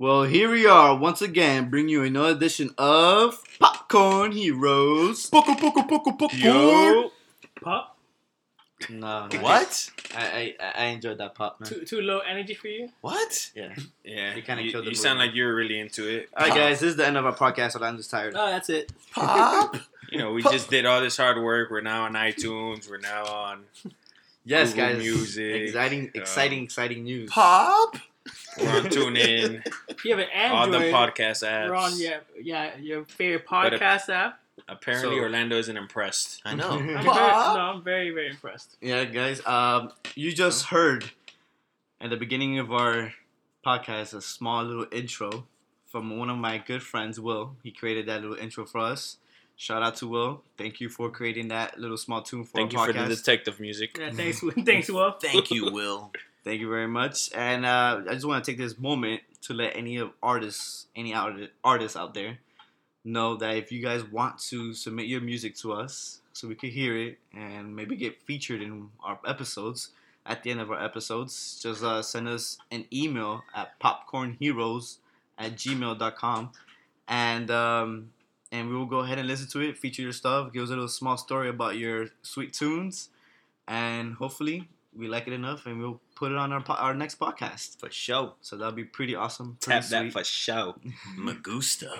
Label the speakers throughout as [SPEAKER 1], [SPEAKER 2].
[SPEAKER 1] So here we are once again, bringing you another edition of Popcorn Heroes. Poco, poco, poco, poco.
[SPEAKER 2] Pop?
[SPEAKER 3] No.
[SPEAKER 1] What?
[SPEAKER 3] I, I I enjoyed that pop, man.
[SPEAKER 2] Too, too low energy for you?
[SPEAKER 1] What?
[SPEAKER 3] Yeah.
[SPEAKER 4] Yeah,
[SPEAKER 3] You kinda
[SPEAKER 4] you,
[SPEAKER 3] killed the
[SPEAKER 4] you sound
[SPEAKER 3] movie.
[SPEAKER 4] like you're really into it.
[SPEAKER 3] All right, guys, this is the end of our podcast, so I'm just tired.
[SPEAKER 2] No, that's it.
[SPEAKER 1] Pop?
[SPEAKER 4] You know, we just did all this hard work. We're now on iTunes. We're now on.
[SPEAKER 3] Yes,
[SPEAKER 4] Google
[SPEAKER 3] guys.
[SPEAKER 4] Music,
[SPEAKER 3] Exciting,
[SPEAKER 4] um,
[SPEAKER 3] exciting, exciting news.
[SPEAKER 1] Pop?
[SPEAKER 4] We're on TuneIn.
[SPEAKER 2] If you have an
[SPEAKER 4] all the
[SPEAKER 2] Android,
[SPEAKER 4] podcast apps.
[SPEAKER 2] you're on your, yeah, your favorite
[SPEAKER 4] But a-
[SPEAKER 2] podcast app.
[SPEAKER 4] Apparently,
[SPEAKER 3] So-
[SPEAKER 4] Orlando isn't impressed.
[SPEAKER 3] I know.
[SPEAKER 2] I'm very,
[SPEAKER 1] Pop?
[SPEAKER 3] Uh-huh.
[SPEAKER 2] no, I'm very, very impressed.
[SPEAKER 3] Yeah, guys. Um, you just heard at the beginning of our podcast a small little intro from one of my good friends, Will. He created that little intro for us. Shout out to Will. Thank you for creating that little small tune for
[SPEAKER 4] Thank you
[SPEAKER 3] our
[SPEAKER 4] for
[SPEAKER 3] podcast.
[SPEAKER 4] the detective music.
[SPEAKER 2] Yeah, thanks, thanks, Will.
[SPEAKER 1] Thank you, Will.
[SPEAKER 3] Thank you very much. And uh, I just want to take this moment to let any of artists, any out- artists out there, know that if you guys want to submit your music to us so we could hear it and maybe get featured in our episodes, at the end of our episodes, just uh, send us an email at popcornheroes at gmail.com. And, um, and we will go ahead and listen to it, feature your stuff, give us a little small story about your sweet tunes, and hopefully we like it enough and we'll put it on our po- our next podcast.
[SPEAKER 1] For show.
[SPEAKER 3] So that'll be pretty awesome. Pretty
[SPEAKER 4] Tap that
[SPEAKER 3] sweet.
[SPEAKER 4] for show.
[SPEAKER 1] Magusta.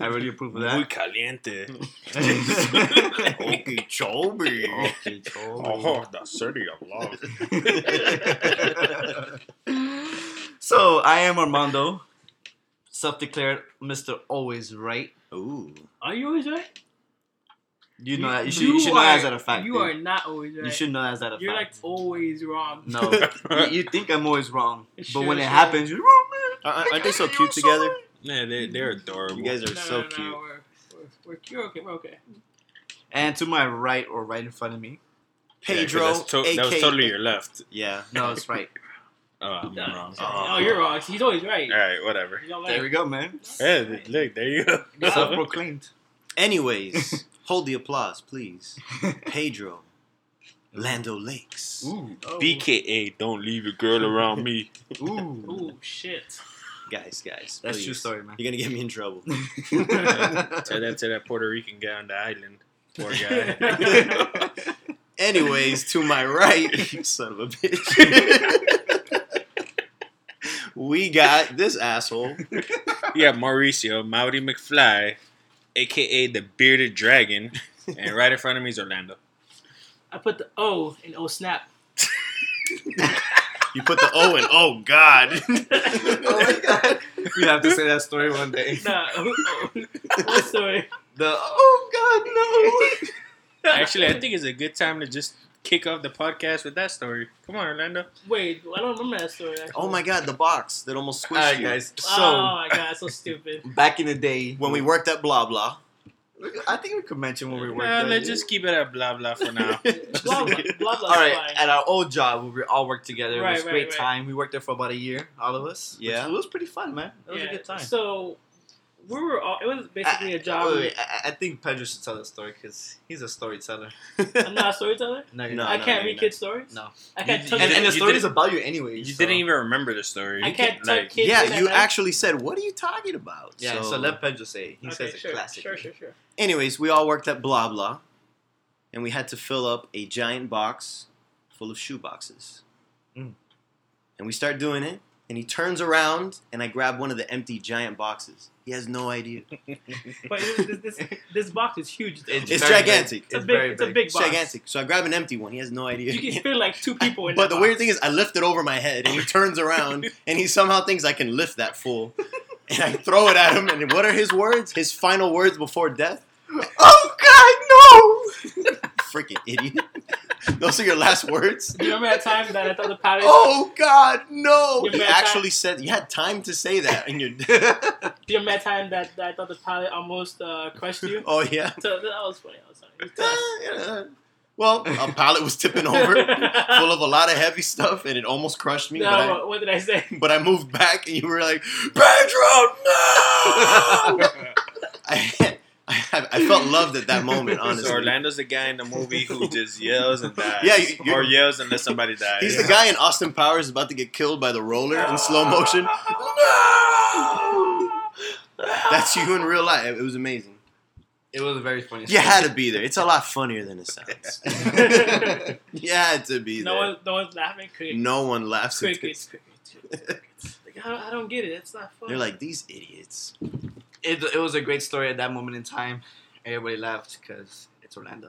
[SPEAKER 3] I really approve of
[SPEAKER 4] Muy
[SPEAKER 3] that.
[SPEAKER 4] caliente.
[SPEAKER 1] Oh, Okay, Chobi.
[SPEAKER 3] Okay, totally.
[SPEAKER 4] Oh, the city of love.
[SPEAKER 3] so I am Armando, self-declared Mister Always Right.
[SPEAKER 1] Ooh.
[SPEAKER 2] Are you always right?
[SPEAKER 3] You know that you should,
[SPEAKER 2] you
[SPEAKER 3] you should know that
[SPEAKER 2] are-
[SPEAKER 3] as a fact.
[SPEAKER 2] you
[SPEAKER 3] dude.
[SPEAKER 2] are not always right.
[SPEAKER 3] You should know that as a
[SPEAKER 2] You're like
[SPEAKER 3] fact.
[SPEAKER 2] always wrong.
[SPEAKER 3] no, you, you think I'm always wrong, but
[SPEAKER 2] Sure,
[SPEAKER 3] when it
[SPEAKER 2] sure.
[SPEAKER 3] happens, you're wrong, man.
[SPEAKER 1] Aren't they so cute together?
[SPEAKER 4] Yeah, they, they're adorable.
[SPEAKER 1] You guys
[SPEAKER 2] No,
[SPEAKER 1] are
[SPEAKER 2] no,
[SPEAKER 1] so
[SPEAKER 2] no, no,
[SPEAKER 1] cute.
[SPEAKER 2] We're, we're, we're, you're okay. We're okay.
[SPEAKER 3] And to my right or right in front of me,
[SPEAKER 4] Yeah, 'cause
[SPEAKER 1] Pedro,
[SPEAKER 4] that's to- that was
[SPEAKER 1] aka
[SPEAKER 4] totally your left.
[SPEAKER 1] Yeah.
[SPEAKER 3] no, it's right.
[SPEAKER 4] Oh, I'm
[SPEAKER 2] No,
[SPEAKER 4] wrong. Oh.
[SPEAKER 2] no, Oh, you're wrong. He's always right.
[SPEAKER 4] All right, whatever.
[SPEAKER 2] You don't like
[SPEAKER 3] Uh-huh. There we go, man.
[SPEAKER 4] Yeah, look, there you go.
[SPEAKER 2] Yeah.
[SPEAKER 3] Self-proclaimed.
[SPEAKER 1] Anyways, hold the applause, please. Pedro, Lando Lakes.
[SPEAKER 3] Ooh,
[SPEAKER 2] Oh.
[SPEAKER 4] BKA, don't leave your girl around me.
[SPEAKER 3] ooh.
[SPEAKER 2] Ooh, Oh, shit.
[SPEAKER 1] Guys, guys.
[SPEAKER 3] That's
[SPEAKER 1] please.
[SPEAKER 3] true story, man.
[SPEAKER 1] You're going to get me in trouble.
[SPEAKER 4] Tell that to that Puerto Rican guy on the island. Poor guy.
[SPEAKER 1] Anyways, to my right, son of a bitch. we got this asshole.
[SPEAKER 4] yeah, Mauricio, Maori McFly, aka the bearded dragon, and right in front of me is Orlando.
[SPEAKER 2] I put the O in O snap.
[SPEAKER 1] You put the O in. Oh God.
[SPEAKER 3] oh my god. We have to say that story one day.
[SPEAKER 2] Nah, O, o, o oh, sorry.
[SPEAKER 3] The oh god
[SPEAKER 4] Actually, I think it's a good time to just kick off the podcast with that story. Come on, Orlando.
[SPEAKER 2] Wait, I don't remember that story. Actually.
[SPEAKER 1] Oh my God. The box that almost
[SPEAKER 3] no.
[SPEAKER 1] squished
[SPEAKER 3] Alright
[SPEAKER 1] you.
[SPEAKER 3] guys.
[SPEAKER 2] Oh
[SPEAKER 3] So Mm.
[SPEAKER 2] my god, so stupid.
[SPEAKER 3] back in the day
[SPEAKER 1] When we worked at Blah Blah.
[SPEAKER 3] I think we could mention when we worked.
[SPEAKER 4] Well,
[SPEAKER 3] at-
[SPEAKER 4] let's just keep it at blah blah for now.
[SPEAKER 2] Blah blah blah. blah
[SPEAKER 3] all right,
[SPEAKER 2] fine.
[SPEAKER 3] at our old job, we all worked together. it
[SPEAKER 2] Right,
[SPEAKER 3] was a
[SPEAKER 2] right,
[SPEAKER 3] great
[SPEAKER 2] right.
[SPEAKER 3] time. We worked there for about a year, all of us. which
[SPEAKER 1] Yeah.
[SPEAKER 3] it was pretty fun, man. It was
[SPEAKER 2] Yeah,
[SPEAKER 3] a good time.
[SPEAKER 2] So we were all. It was basically a
[SPEAKER 1] Uh,
[SPEAKER 2] job.
[SPEAKER 3] Uh, oh, Wait, wait, I, I think Pedro should tell the story because he's a storyteller.
[SPEAKER 2] I'm not a storyteller.
[SPEAKER 3] No, you're
[SPEAKER 1] No,
[SPEAKER 2] I
[SPEAKER 3] not.
[SPEAKER 2] can't
[SPEAKER 1] no,
[SPEAKER 2] read
[SPEAKER 1] no.
[SPEAKER 2] kids' stories.
[SPEAKER 3] No.
[SPEAKER 2] I can't
[SPEAKER 4] You-
[SPEAKER 2] tell
[SPEAKER 4] you-
[SPEAKER 3] And, and
[SPEAKER 2] kids.
[SPEAKER 3] the story
[SPEAKER 4] didn't-
[SPEAKER 3] is about you anyway.
[SPEAKER 4] You
[SPEAKER 3] so-
[SPEAKER 4] didn't even remember the story.
[SPEAKER 2] I
[SPEAKER 4] You
[SPEAKER 2] can't tell
[SPEAKER 4] like,
[SPEAKER 2] kids.
[SPEAKER 1] yeah,
[SPEAKER 2] that
[SPEAKER 1] you
[SPEAKER 2] I-
[SPEAKER 1] actually said, "What are you talking about?"
[SPEAKER 3] Yeah, so, let Pedro say. it. He
[SPEAKER 2] Okay,
[SPEAKER 3] says it
[SPEAKER 2] sure,
[SPEAKER 3] classic.
[SPEAKER 2] Sure, sure, sure.
[SPEAKER 1] Anyways, we all worked at Blah Blah, and we had to fill up a giant box full of shoe boxes.
[SPEAKER 3] Mm.
[SPEAKER 1] And we start doing it, and he turns around, and I grab one of the empty giant boxes. He has no idea.
[SPEAKER 2] But this, this, this box is huge. Though.
[SPEAKER 3] It's
[SPEAKER 1] It's
[SPEAKER 3] very big.
[SPEAKER 1] gigantic.
[SPEAKER 2] It's a big,
[SPEAKER 3] very
[SPEAKER 2] it's a
[SPEAKER 3] big.
[SPEAKER 2] big
[SPEAKER 1] It's
[SPEAKER 2] box.
[SPEAKER 1] gigantic. So I grab an empty one. He has no
[SPEAKER 2] You
[SPEAKER 1] idea.
[SPEAKER 2] can fit like two people
[SPEAKER 1] But
[SPEAKER 2] in. that
[SPEAKER 1] the
[SPEAKER 2] box.
[SPEAKER 1] weird thing is, I lift it over my head, and he turns around, and he somehow thinks I can lift that fool. And I throw it at him, and what are his words? His final words before death? Oh God, no! Freaking idiot! Those are your last words.
[SPEAKER 2] Do you remember that time that I thought the pilot?
[SPEAKER 1] Oh God, no!
[SPEAKER 2] Give
[SPEAKER 1] He
[SPEAKER 2] me that
[SPEAKER 1] actually said you had time to say that in your.
[SPEAKER 2] Do you remember that time that, that I thought the pilot almost uh, crushed you?
[SPEAKER 1] oh yeah.
[SPEAKER 2] So that was funny. That was funny. It was
[SPEAKER 1] Uh,
[SPEAKER 2] tough.
[SPEAKER 1] yeah. Well, a pallet was tipping over, full of a lot of heavy stuff, and it almost crushed me.
[SPEAKER 2] no,
[SPEAKER 1] but I-
[SPEAKER 2] what, what did I say?
[SPEAKER 1] but I moved back, and you were like, Pedro, no! I, I, I felt loved at that moment, honestly.
[SPEAKER 4] So Orlando's the guy in the movie who just yells and dies.
[SPEAKER 1] Yeah, you- you-
[SPEAKER 4] or yells unless somebody dies.
[SPEAKER 1] He's the guy in Austin Powers about to get killed by the roller in slow motion. That's you in real life. It was amazing.
[SPEAKER 3] It was a very funny.
[SPEAKER 1] You had to be there. It's a lot funnier than it sounds.
[SPEAKER 3] story.
[SPEAKER 1] you had to be
[SPEAKER 2] No
[SPEAKER 1] there.
[SPEAKER 2] one, no one's laughing. Crickets,
[SPEAKER 1] No one laughs at
[SPEAKER 2] crickets,
[SPEAKER 1] this.
[SPEAKER 2] crickets, crickets. Like, I, don't, I don't get it. It's not fun.
[SPEAKER 1] They're like these idiots.
[SPEAKER 3] it, it was a great story at that moment in time. Everybody laughed because it's Orlando.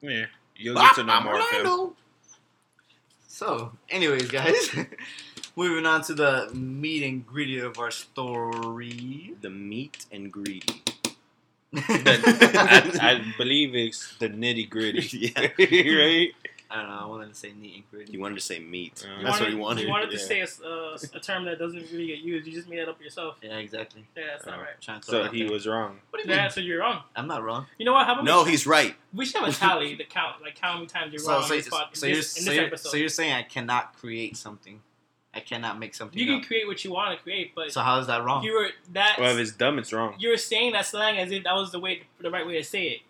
[SPEAKER 4] Yeah, you'll get to
[SPEAKER 1] Ah,
[SPEAKER 4] know
[SPEAKER 3] I'm
[SPEAKER 4] more of him.
[SPEAKER 3] Orlando. So, anyways, guys, moving on to the meat and gritty of our story.
[SPEAKER 1] The meat and greedy.
[SPEAKER 4] I, I believe it's the nitty gritty,
[SPEAKER 1] yeah.
[SPEAKER 4] right?
[SPEAKER 3] I don't know. I wanted to say neat and gritty.
[SPEAKER 1] You wanted to say meat.
[SPEAKER 4] Uh,
[SPEAKER 2] You
[SPEAKER 1] That's what you
[SPEAKER 2] wanted-
[SPEAKER 1] wanted.
[SPEAKER 2] You wanted
[SPEAKER 4] yeah.
[SPEAKER 2] to say a, s- uh, a term that doesn't really get used. You just made that up yourself.
[SPEAKER 3] Yeah, exactly.
[SPEAKER 2] Yeah, that's not
[SPEAKER 4] Oh.
[SPEAKER 2] right.
[SPEAKER 3] Trying to throw it
[SPEAKER 4] So
[SPEAKER 3] out
[SPEAKER 4] he
[SPEAKER 3] there.
[SPEAKER 4] was wrong.
[SPEAKER 3] What do you mean?
[SPEAKER 2] Yeah, so you're wrong.
[SPEAKER 3] I'm not wrong.
[SPEAKER 2] You know what? How about
[SPEAKER 1] No,
[SPEAKER 2] we,
[SPEAKER 1] he's right.
[SPEAKER 2] we should have a tally to count like how many times you're
[SPEAKER 3] So,
[SPEAKER 2] wrong
[SPEAKER 3] so,
[SPEAKER 2] in this,
[SPEAKER 3] so,
[SPEAKER 2] pod-
[SPEAKER 3] so
[SPEAKER 2] in
[SPEAKER 3] you're,
[SPEAKER 2] this, in
[SPEAKER 3] so,
[SPEAKER 2] this
[SPEAKER 3] you're,
[SPEAKER 2] episode.
[SPEAKER 3] so you're saying I cannot create something. I cannot make something.
[SPEAKER 2] you can
[SPEAKER 3] up.
[SPEAKER 2] create what you want to create, but
[SPEAKER 3] So how is that wrong?
[SPEAKER 2] you were that
[SPEAKER 4] Well, if it's dumb, it's wrong.
[SPEAKER 2] you were saying that slang as if that was the way the right way to say it,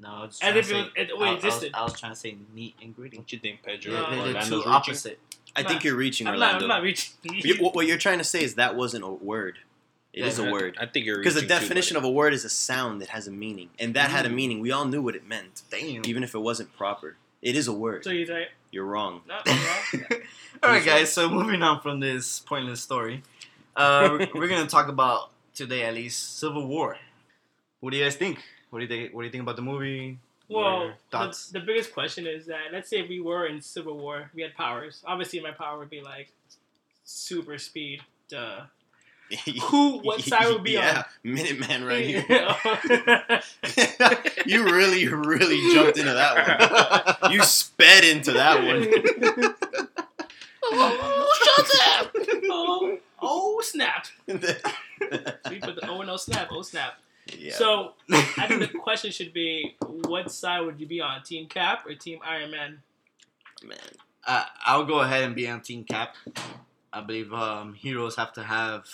[SPEAKER 3] no, I was just
[SPEAKER 2] as
[SPEAKER 3] trying to
[SPEAKER 2] if it,
[SPEAKER 3] say.
[SPEAKER 2] was, it
[SPEAKER 3] I, I
[SPEAKER 2] already
[SPEAKER 3] was-
[SPEAKER 2] existed.
[SPEAKER 3] I was trying to say neat and gritty.
[SPEAKER 4] Don't you think Pedro?
[SPEAKER 2] Yeah,
[SPEAKER 4] or
[SPEAKER 3] They're
[SPEAKER 2] they-
[SPEAKER 3] the
[SPEAKER 4] Orlando's
[SPEAKER 3] two
[SPEAKER 4] reaching?
[SPEAKER 3] opposite.
[SPEAKER 1] I
[SPEAKER 2] Nah.
[SPEAKER 1] think you're reaching
[SPEAKER 2] I'm
[SPEAKER 1] Orlando.
[SPEAKER 2] not. I'm not reaching.
[SPEAKER 1] You- what- what you're trying to say is that wasn't a word. It
[SPEAKER 3] Yeah,
[SPEAKER 1] is a
[SPEAKER 4] I-
[SPEAKER 1] word.
[SPEAKER 4] I think you're
[SPEAKER 1] Because the
[SPEAKER 4] reaching too,
[SPEAKER 1] definition
[SPEAKER 4] buddy.
[SPEAKER 1] of a word is a sound that has a meaning, and that had a
[SPEAKER 3] Mm.
[SPEAKER 1] meaning. We all knew what it meant,
[SPEAKER 3] Damn.
[SPEAKER 1] even if it wasn't proper. It is a word.
[SPEAKER 2] so you're like,
[SPEAKER 1] You're wrong.
[SPEAKER 2] no, I'm wrong.
[SPEAKER 3] All right, guys. So moving on from this pointless story, uh, we're, we're gonna talk about today at least Civil War. What do you guys think? What do you think? What do you think about the movie? What are
[SPEAKER 2] Well,
[SPEAKER 3] your
[SPEAKER 2] the,
[SPEAKER 3] thoughts.
[SPEAKER 2] the biggest question is that let's say we were in civil war, we had powers. Obviously, my power would be like super speed. Duh. Who? What side would be
[SPEAKER 1] yeah, Minuteman
[SPEAKER 2] on?
[SPEAKER 1] right here.
[SPEAKER 2] Yeah.
[SPEAKER 1] you really, really jumped into that
[SPEAKER 3] Uh,
[SPEAKER 1] one. You sped into that one.
[SPEAKER 2] oh, shut up! Oh, oh, snap! We put the O and O snap. Oh snap!
[SPEAKER 1] yeah.
[SPEAKER 2] So I think the question should be, what side would you be on, Team Cap or Team Iron Man?
[SPEAKER 1] man.
[SPEAKER 3] uh, I'll go ahead and be on Team Cap. I believe um, heroes have to have.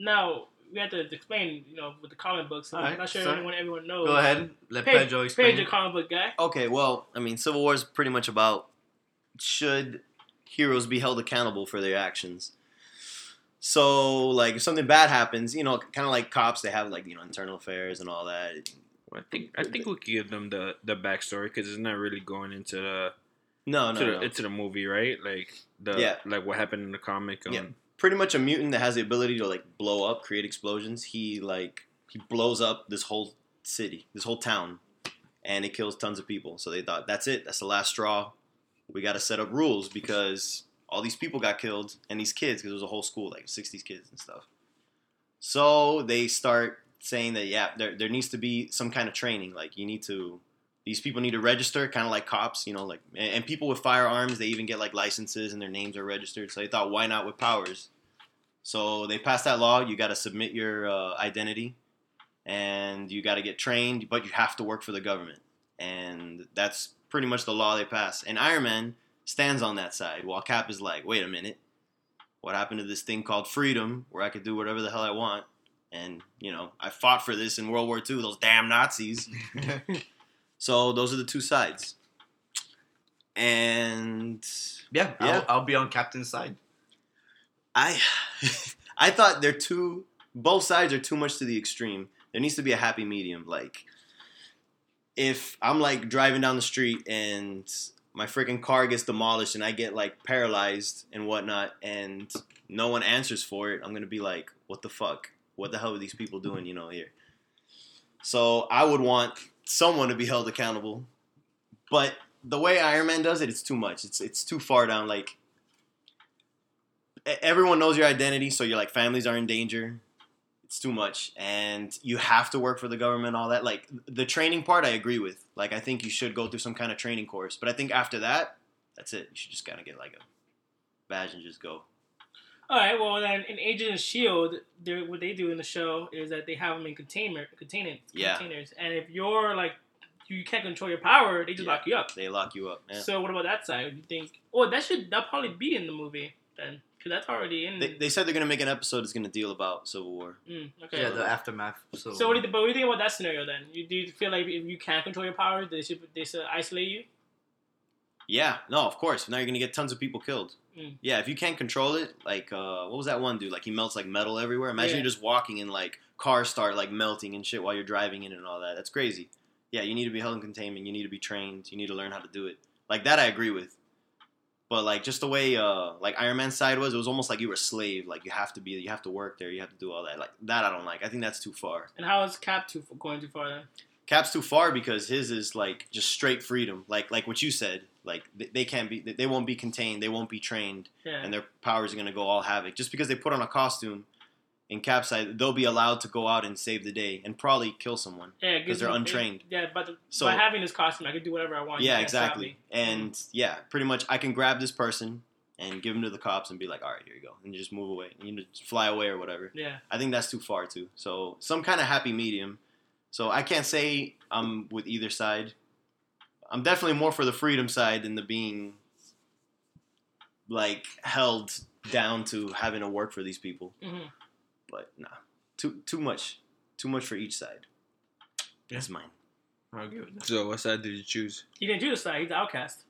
[SPEAKER 2] Now we have to explain, you know, with the comic books. I'm
[SPEAKER 3] All right,
[SPEAKER 2] not sure
[SPEAKER 3] sorry.
[SPEAKER 2] anyone everyone knows.
[SPEAKER 3] Go ahead. Let
[SPEAKER 2] Pedro,
[SPEAKER 3] Pedro explain.
[SPEAKER 2] Pedro, comic book guy.
[SPEAKER 1] Okay, well, I mean, Civil War is pretty much about should heroes be held accountable for their actions. So, like, if something bad happens, you know, kind of like cops, they have like you know internal affairs and all that.
[SPEAKER 4] I think I think we could give them the the backstory because it's not really going into the
[SPEAKER 1] No, no,
[SPEAKER 4] to the,
[SPEAKER 1] no.
[SPEAKER 4] into the movie, right? Like the
[SPEAKER 1] Yeah.
[SPEAKER 4] like what happened in the comic. Um,
[SPEAKER 1] Yeah. pretty much a mutant that has the ability to like blow up, create explosions. He like he blows up this whole city, this whole town, and it kills tons of people. So they thought that's it, that's the last straw. We got to set up rules because all these people got killed and these kids because it was a whole school like 60 kids and stuff. So they start saying that yeah, there there needs to be some kind of training. Like you need to these people need to register, kind of like cops, you know, like and, and people with firearms, they even get like licenses and their names are registered. So they thought, why not with powers? So they passed that law. You got to submit your uh, identity, and you got to get trained, but you have to work for the government, and that's pretty much the law they passed. And Iron Man stands on that side, while Cap is like, wait a minute, what happened to this thing called freedom, where I could do whatever the hell I want? And you know, I fought for this in World War II. Those damn Nazis. So those are the two sides. And
[SPEAKER 3] yeah,
[SPEAKER 1] Yeah.
[SPEAKER 3] I'll, I'll be on Captain's side.
[SPEAKER 1] I I thought they're too both sides are too much to the extreme. There needs to be a happy medium. Like if I'm like driving down the street and my freaking car gets demolished and I get like paralyzed and whatnot and no one answers for it, I'm gonna be like, what the fuck? What the hell are these people doing, you know, here? So I would want someone to be held accountable. But the way Iron Man does it, it's too much. It's it's too far down. Like e- everyone knows your identity, so you're like families are in danger. It's too much, and you have to work for the government. All that, like the training part, I agree with. Like I think you should go through some kind of training course, but I think after that, that's it. You should just kind of get like a badge and just go.
[SPEAKER 2] All right. Well, then in Agent of Shield, E they're- what they do in the show is that they have them in containment, containment,
[SPEAKER 1] Yeah.
[SPEAKER 2] containers, and if you're like you can't control your power, they just
[SPEAKER 1] Yeah.
[SPEAKER 2] lock you up.
[SPEAKER 1] They lock you up. Yeah.
[SPEAKER 2] So what about that side? You think? Oh, that should that probably be in the movie then, because that's already in.
[SPEAKER 1] They, they said they're gonna make an episode that's gonna deal about Civil War.
[SPEAKER 2] mm, okay.
[SPEAKER 3] Yeah, the aftermath. So,
[SPEAKER 2] so what do you, but what do you think about that scenario then? You do you feel like if you can't control your power, they should they should isolate you?
[SPEAKER 1] Yeah, no, of course. Now you're gonna get tons of people killed.
[SPEAKER 2] Mm.
[SPEAKER 1] Yeah, if you can't control it, like uh, what was that one dude? Like he melts like metal everywhere. Imagine
[SPEAKER 2] Yeah.
[SPEAKER 1] you're just walking and like cars start like melting and shit while you're driving in and all that. That's crazy. Yeah, you need to be held in containment. You need to be trained. You need to learn how to do it. Like that, I agree with. But like just the way uh, like Iron Man's side was, it was almost like you were a slave. Like you have to be, you have to work there, you have to do all that. Like that, I don't like. I think that's too far.
[SPEAKER 2] And how is Cap too going too far then?
[SPEAKER 1] Cap's too far because his is like just straight freedom, like like what you said. Like they, they can't be, they won't be contained, they won't be trained,
[SPEAKER 2] Yeah.
[SPEAKER 1] and their powers are gonna go all havoc. Just because they put on a costume in Cap's side, they'll be allowed to go out and save the day and probably kill someone.
[SPEAKER 2] Yeah, it
[SPEAKER 1] 'Cause
[SPEAKER 2] gives
[SPEAKER 1] they're
[SPEAKER 2] me- it-
[SPEAKER 1] untrained.
[SPEAKER 2] yeah, but the,
[SPEAKER 1] So-
[SPEAKER 2] by having this costume, I can do whatever I want. You
[SPEAKER 1] yeah,
[SPEAKER 2] can't stop
[SPEAKER 1] exactly.
[SPEAKER 2] me.
[SPEAKER 1] And yeah, pretty much, I can grab this person and give him to the cops and be like, all right, here you go, and you just move away, and you just fly away or whatever.
[SPEAKER 2] Yeah,
[SPEAKER 1] I think that's too far too. So some kind of happy medium. So I can't say I'm with either side. I'm definitely more for the freedom side than the being like held down to having to work for these people.
[SPEAKER 2] hmm
[SPEAKER 1] But nah, too too much, too much for each side. That's mine.
[SPEAKER 3] I agree with that.
[SPEAKER 4] So what side did you choose?
[SPEAKER 2] he didn't do this side. He's the outcast.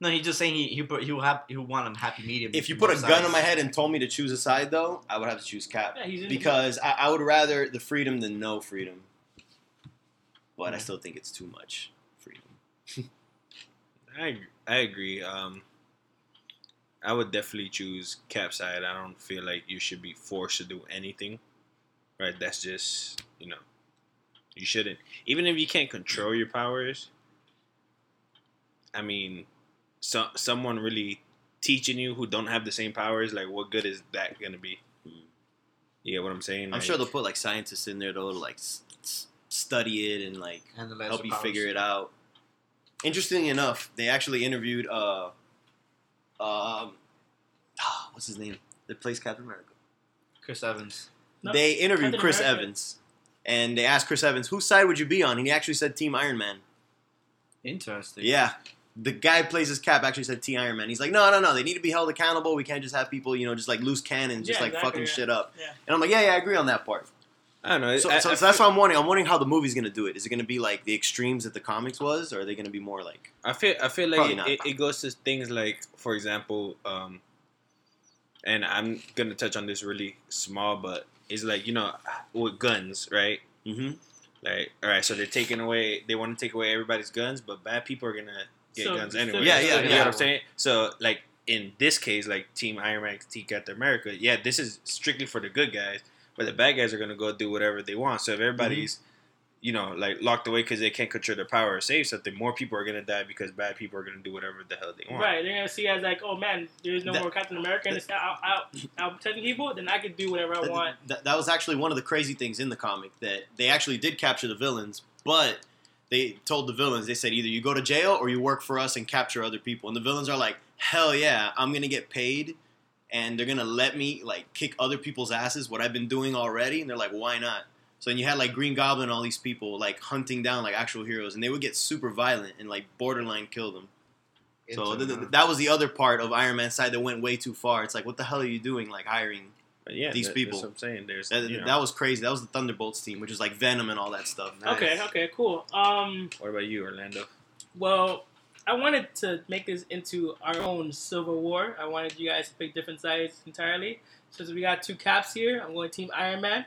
[SPEAKER 3] No, he's just saying he he put, he'll have he'll want a happy medium.
[SPEAKER 1] If you put
[SPEAKER 3] between
[SPEAKER 1] a
[SPEAKER 3] both
[SPEAKER 1] gun
[SPEAKER 3] sides.
[SPEAKER 1] on my head and told me to choose a side, though, I would have to choose Cap
[SPEAKER 2] Yeah, he's in
[SPEAKER 1] because I, I would rather the freedom than no freedom. But I
[SPEAKER 3] Mhm.
[SPEAKER 1] still think it's too much freedom.
[SPEAKER 4] I I agree. Um, I would definitely choose cap side. I don't feel like you should be forced to do anything. Right? That's just you know, you shouldn't. Even if you can't control your powers. I mean, so, someone really teaching you who don't have the same powers, like what good is that gonna be?
[SPEAKER 1] Mm.
[SPEAKER 4] You get what I'm saying?
[SPEAKER 1] I'm sure
[SPEAKER 4] Like,
[SPEAKER 1] they'll put like scientists in there though to like s- s- study it and like
[SPEAKER 3] and the
[SPEAKER 1] help you figure it out. Interestingly enough, they actually interviewed uh, um, what's his name? That plays Captain America.
[SPEAKER 3] Chris Evans.
[SPEAKER 2] No,
[SPEAKER 1] they interviewed
[SPEAKER 2] Captain
[SPEAKER 1] Chris
[SPEAKER 2] America.
[SPEAKER 1] Evans, and they asked Chris Evans, "Whose side would you be on?" And he actually said Team Iron Man.
[SPEAKER 3] Interesting.
[SPEAKER 1] Yeah. The guy plays his cap actually said T Iron Man. He's like, no, no, no. They need to be held accountable. We can't just have people, you know, just like loose cannons, just
[SPEAKER 2] Yeah,
[SPEAKER 1] like
[SPEAKER 2] exactly,
[SPEAKER 1] fucking
[SPEAKER 2] yeah.
[SPEAKER 1] shit up.
[SPEAKER 2] Yeah.
[SPEAKER 1] And I'm like, yeah, yeah, I agree on that part.
[SPEAKER 4] I don't know.
[SPEAKER 1] So,
[SPEAKER 4] I-
[SPEAKER 1] so,
[SPEAKER 4] I
[SPEAKER 1] so that's what I'm wondering. I'm wondering how the movie's gonna do it. Is it gonna be like the extremes that the comics was, or are they gonna be more like?
[SPEAKER 4] I feel I feel like
[SPEAKER 1] Probably
[SPEAKER 4] it,
[SPEAKER 1] not.
[SPEAKER 4] it, it goes to things like, for example, um, and I'm gonna touch on this really small, but it's like you know, with guns, right?
[SPEAKER 1] Mm-hmm.
[SPEAKER 4] Like, all right, so they're taking away, they want to take away everybody's guns, but bad people are gonna get
[SPEAKER 2] So,
[SPEAKER 4] guns
[SPEAKER 2] so-
[SPEAKER 4] anyway.
[SPEAKER 1] Yeah,
[SPEAKER 4] You
[SPEAKER 1] yeah,
[SPEAKER 4] know
[SPEAKER 1] yeah.
[SPEAKER 4] what I'm saying? So, like in this case, like Team Iron Man, Team Captain America, yeah, this is strictly for the good guys, but the bad guys are gonna go do whatever they want. So if everybody's
[SPEAKER 1] Mm-hmm.
[SPEAKER 4] You know, like locked away because they can't control their power or save something. More people are gonna die because bad people are gonna do whatever the hell they want.
[SPEAKER 2] Right, they're gonna see as like, oh man, there's no
[SPEAKER 1] That-
[SPEAKER 2] more Captain America, and it's out, out, out protecting people. Then I can do whatever I want.
[SPEAKER 1] That, that was actually one of the crazy things in the comic that they actually did capture the villains, but they told the villains they said either you go to jail or you work for us and capture other people. And the villains are like, hell yeah, I'm gonna get paid, and they're gonna let me like kick other people's asses what I've been doing already. And they're like, why not? So then you had like Green Goblin, and all these people like hunting down like actual heroes, and they would get super violent and like borderline kill them. So th- th- that was the other part of Iron Man's side that went way too far. It's like, what the hell are you doing? Like hiring
[SPEAKER 4] But yeah,
[SPEAKER 1] These
[SPEAKER 4] that-
[SPEAKER 1] people.
[SPEAKER 4] That's what I'm saying. There's
[SPEAKER 1] that,
[SPEAKER 4] you know,
[SPEAKER 1] that was crazy. That was the Thunderbolts team, which is like Venom and all that stuff.
[SPEAKER 3] Nice.
[SPEAKER 2] Okay, okay, cool. Um,
[SPEAKER 4] What about you, Orlando?
[SPEAKER 2] well, I wanted to make this into our own civil war. I wanted you guys to pick different sides entirely. Since we got two caps here, I'm going Team Iron Man.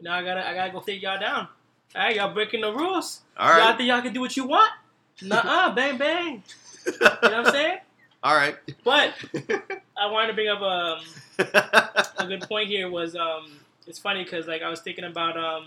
[SPEAKER 2] Now I gotta, I gotta go take y'all down. All right, y'all breaking the rules.
[SPEAKER 1] All
[SPEAKER 2] Y'all
[SPEAKER 1] right.
[SPEAKER 2] think y'all can do what you want? Nuh-uh, bang bang. You know what I'm saying?
[SPEAKER 1] all right.
[SPEAKER 2] But I wanted to bring up um, a good point here was um, it's funny because like I was thinking about um,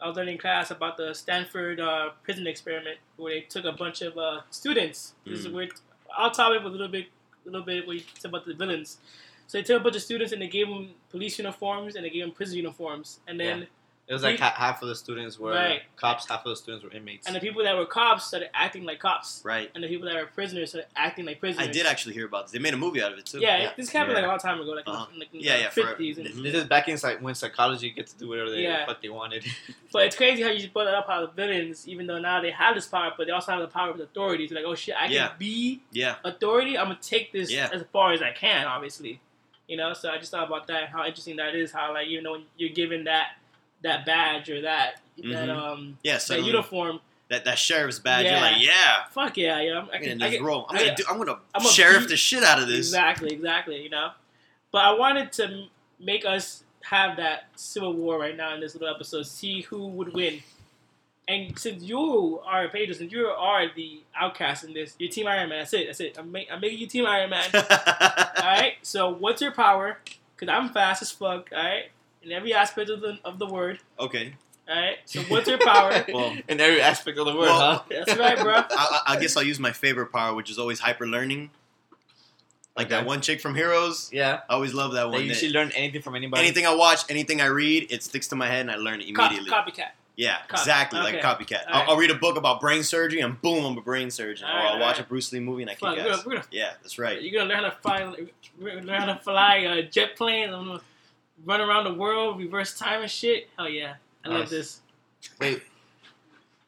[SPEAKER 2] I was learning in class about the Stanford uh, prison experiment where they took a bunch of uh, students. This is
[SPEAKER 1] Mm.
[SPEAKER 2] weird. I'll top it with a little bit, a little bit what you said about the villains. So they took a bunch of students and they gave them police uniforms and they gave them prison uniforms and then
[SPEAKER 3] It was like ha- half of the students were
[SPEAKER 2] Right.
[SPEAKER 3] cops, half of the students were inmates.
[SPEAKER 2] and the people that were cops started acting like cops
[SPEAKER 1] right.
[SPEAKER 2] and the people that were prisoners started acting like prisoners.
[SPEAKER 1] I did actually hear about this. They made a movie out of it too.
[SPEAKER 2] Yeah,
[SPEAKER 3] Yeah.
[SPEAKER 2] this happened like
[SPEAKER 4] Yeah.
[SPEAKER 2] a long time ago, like, in the-
[SPEAKER 1] Uh-huh.
[SPEAKER 2] in, like in
[SPEAKER 1] Yeah,
[SPEAKER 2] the
[SPEAKER 1] yeah, for-
[SPEAKER 2] fifties. and
[SPEAKER 1] Mhm.
[SPEAKER 3] this is back in like when psychology get to do whatever they
[SPEAKER 2] Yeah.
[SPEAKER 3] what they wanted.
[SPEAKER 2] But it's crazy how you just brought it up how the villains, even though now they have this power, but they also have the power of the authorities. Like, oh shit, I can
[SPEAKER 1] Yeah.
[SPEAKER 2] be
[SPEAKER 1] Yeah.
[SPEAKER 2] authority. I'm gonna take this
[SPEAKER 1] Yeah.
[SPEAKER 2] as far as I can, obviously. You know, so I just thought about that, how interesting that is. How like even though you're given that that badge or that that
[SPEAKER 1] Mhm.
[SPEAKER 2] um
[SPEAKER 1] Yeah.
[SPEAKER 2] that
[SPEAKER 1] Suddenly,
[SPEAKER 2] uniform,
[SPEAKER 1] that, that sheriff's badge.
[SPEAKER 2] Yeah.
[SPEAKER 1] You're like, yeah,
[SPEAKER 2] Fuck yeah, yo. I
[SPEAKER 1] I'm
[SPEAKER 2] can,
[SPEAKER 1] gonna
[SPEAKER 2] I
[SPEAKER 1] just
[SPEAKER 2] can,
[SPEAKER 1] roll. I'm
[SPEAKER 2] I
[SPEAKER 1] gonna
[SPEAKER 2] can-
[SPEAKER 1] do. I'm gonna
[SPEAKER 2] I'm a
[SPEAKER 1] sheriff
[SPEAKER 2] beat-
[SPEAKER 1] the shit out of this.
[SPEAKER 2] exactly, exactly. You know, but I wanted to m- make us have that civil war right now in this little episode. See who would win. And since you are a Pedro, since you are the outcast in this, your team Iron Man. That's it. That's it. I'm, ma- I'm making you team Iron Man. all right. So what's your power? Because I'm fast as fuck. All right. In every aspect of the of the word.
[SPEAKER 1] okay.
[SPEAKER 2] All right. So what's your power?
[SPEAKER 1] Well-
[SPEAKER 3] in every aspect of the world,
[SPEAKER 1] Well-
[SPEAKER 3] huh?
[SPEAKER 2] That's right, bro.
[SPEAKER 1] I, I I guess I'll use my favorite power, which is always hyper learning. Like that
[SPEAKER 3] Okay.
[SPEAKER 1] one chick from Heroes.
[SPEAKER 3] Yeah,
[SPEAKER 1] I always love that
[SPEAKER 3] that
[SPEAKER 1] one.
[SPEAKER 3] you
[SPEAKER 1] that
[SPEAKER 3] should learn anything from anybody.
[SPEAKER 1] anything I watch, anything I read, it sticks to my head and I learn it
[SPEAKER 2] Cop,
[SPEAKER 1] immediately.
[SPEAKER 2] copycat.
[SPEAKER 1] Yeah,
[SPEAKER 2] Copy.
[SPEAKER 1] exactly. Like
[SPEAKER 2] Okay.
[SPEAKER 1] copycat.
[SPEAKER 2] All
[SPEAKER 1] I'll,
[SPEAKER 2] right.
[SPEAKER 1] I'll read a book about brain surgery and boom, I'm a brain surgeon.
[SPEAKER 2] All
[SPEAKER 1] or
[SPEAKER 2] right,
[SPEAKER 1] I'll
[SPEAKER 2] all
[SPEAKER 1] watch
[SPEAKER 2] right.
[SPEAKER 1] a Bruce Lee movie and I
[SPEAKER 2] Fuck,
[SPEAKER 1] kick
[SPEAKER 2] we're gonna,
[SPEAKER 1] ass.
[SPEAKER 2] we're gonna
[SPEAKER 1] Yeah, that's right.
[SPEAKER 2] You're gonna learn how to fly, we're gonna learn how to fly uh, jet planes. I'm gonna run around the world, reverse time and shit. Hell yeah, I love
[SPEAKER 3] Nice.
[SPEAKER 2] this.
[SPEAKER 3] Wait.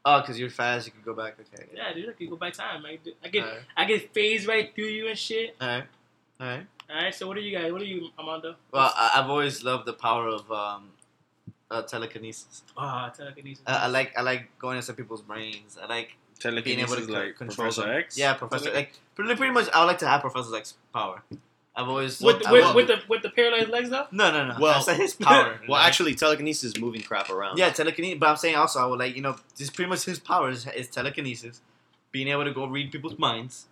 [SPEAKER 3] Oh, because you're fast, you can go back. Okay.
[SPEAKER 2] Yeah, dude, I can go back time. I, do- I get,
[SPEAKER 3] Alright.
[SPEAKER 2] I get phased right through you and shit.
[SPEAKER 3] All right. All right.
[SPEAKER 2] All right, so what are you guys? What are you, Amando?
[SPEAKER 3] Well, I, I've always loved the power of um, uh, telekinesis.
[SPEAKER 2] Ah, telekinesis.
[SPEAKER 3] I, I like I like going into people's brains. I like being able
[SPEAKER 4] Telekinesis
[SPEAKER 3] to
[SPEAKER 4] is
[SPEAKER 3] co-
[SPEAKER 4] like
[SPEAKER 3] control
[SPEAKER 4] Professor
[SPEAKER 3] them.
[SPEAKER 4] X.
[SPEAKER 3] Yeah, Professor. Like pretty, pretty much, I would like to have Professor X power. I've always
[SPEAKER 2] with,
[SPEAKER 3] I
[SPEAKER 2] with,
[SPEAKER 3] love-
[SPEAKER 2] with the with the paralyzed legs though.
[SPEAKER 3] no no no.
[SPEAKER 1] Well-
[SPEAKER 3] Well, that's his power.
[SPEAKER 1] Well,
[SPEAKER 3] right?
[SPEAKER 1] actually, telekinesis is moving crap around.
[SPEAKER 3] Yeah, telekinesis. But I'm saying also, I would like you know, this pretty much his power is, is telekinesis, being able to go read people's minds,